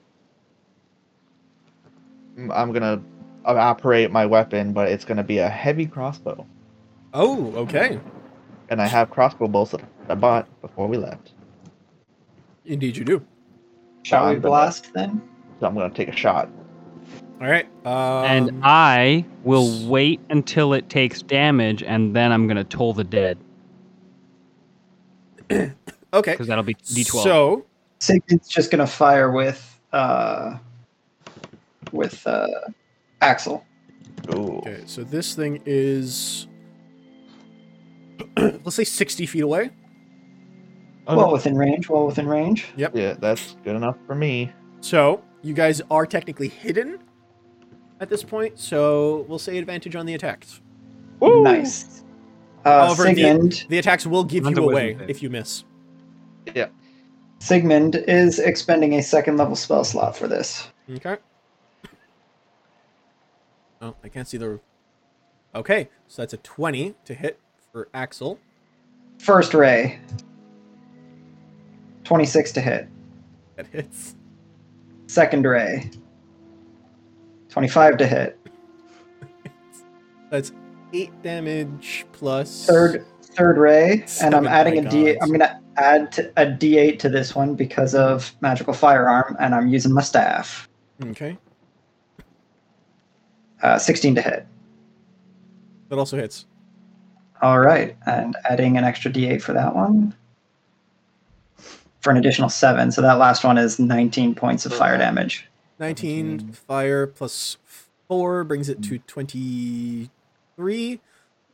D: Mm, I'm gonna operate my weapon, but it's gonna be a heavy crossbow,
A: Oh, okay.
D: and I have crossbow bolts that I bought before we left.
A: Indeed, you do.
G: Shall we
D: I'm gonna-
G: blast then?
D: So I'm gonna take a shot.
A: All right. Um,
F: and I will wait until it takes damage, and then I'm gonna toll the dead
A: okay.
F: because that'll be d12.
A: Eh, So
G: Sigmund's just going to fire with uh, with uh, Axel.
D: Ooh.
A: Okay, so this thing is let's say sixty feet away.
D: Oh,
G: Well within range. Well within range.
D: yeah, that's good enough for me.
A: So you guys are technically hidden at this point. So we'll say advantage on the attacks.
G: Nice. Uh,
A: However, the-
G: Sigmund.
A: The attacks will give
F: Runs
A: you
F: away
A: away
F: from it.
A: if you miss.
G: Sigmund is expending a second level spell slot for this.
A: Okay. Oh, I can't see the. Okay, so that's a twenty to hit for Axel.
G: First ray. 26 to hit.
A: That hits.
G: Second ray. 25 to hit.
A: That's eight damage plus.
G: Third third ray and
A: Seven,
G: I'm adding
A: my
G: a D8.
A: gods.
G: I'm going to add to, a D8 to this one because of magical firearm and I'm using my staff.
A: Okay,
G: Uh, 16 to hit.
A: that also hits.
G: All right. And adding an extra D8 for that one. For an additional 7. So that last one is 19 points of fire damage.
A: 19
D: 17.
A: fire plus 4 brings it to 23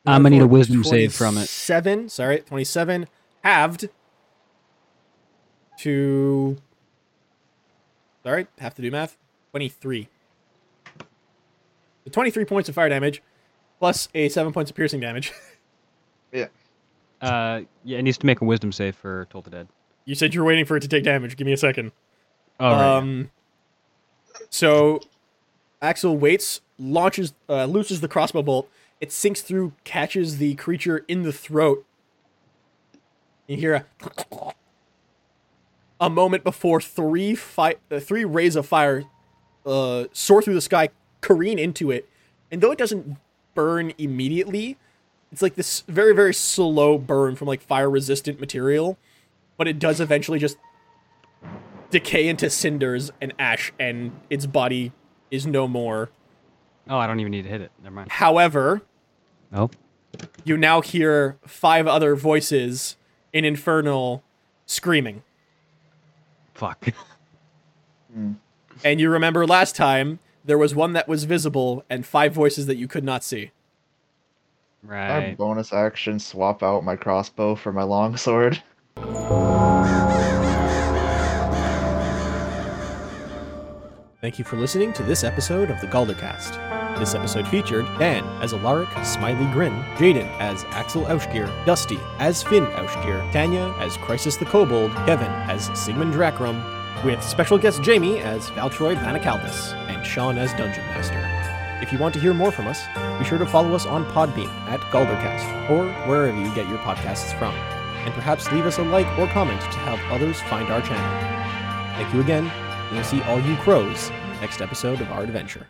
F: I'm gonna need a
A: Therefore,
F: wisdom save from it.
A: 27 sorry 27 halved to sorry have to do math 23 the 23 points of fire damage plus a 7 points of piercing damage
F: Uh, yeah, it needs to make a wisdom save for toll the dead.
A: You said you were waiting for it to take damage. Give me a second.
F: All right.
A: Um, so Axel waits, launches, uh, looses the crossbow bolt. It sinks through, catches the creature in the throat. You hear a, a moment before three fi- uh, three rays of fire uh, soar through the sky, careen into it, and though it doesn't burn immediately, it's like this very very slow burn from like fire resistant material, but it does eventually just decay into cinders and ash, and its body is no more.
F: oh, I don't even need to hit it. Never mind.
A: However,
F: Oh.
A: you now hear five other voices in Infernal screaming.
F: Fuck.
A: And you remember last time there was one that was visible and five voices that you could not see.
D: I
F: Right.
D: bonus action swap out my crossbow for my longsword.
I: Thank you for listening to this episode of the Galdercast. This episode featured Dan as Alaric Smiley Grin, Jaden as Axel Ausgier, Dusty as Finn Ausgier, Tanya as Crisis the Kobold, Kevin as Sigmund Drakrum, with special guest Jamie as Valtroy Vanacalvis, and Sean as Dungeon Master. If you want to hear more from us, be sure to follow us on Podbean at Galdercast or wherever you get your podcasts from, and perhaps leave us a like or comment to help others find our channel. Thank you again, and we'll see all you crows next episode of our adventure.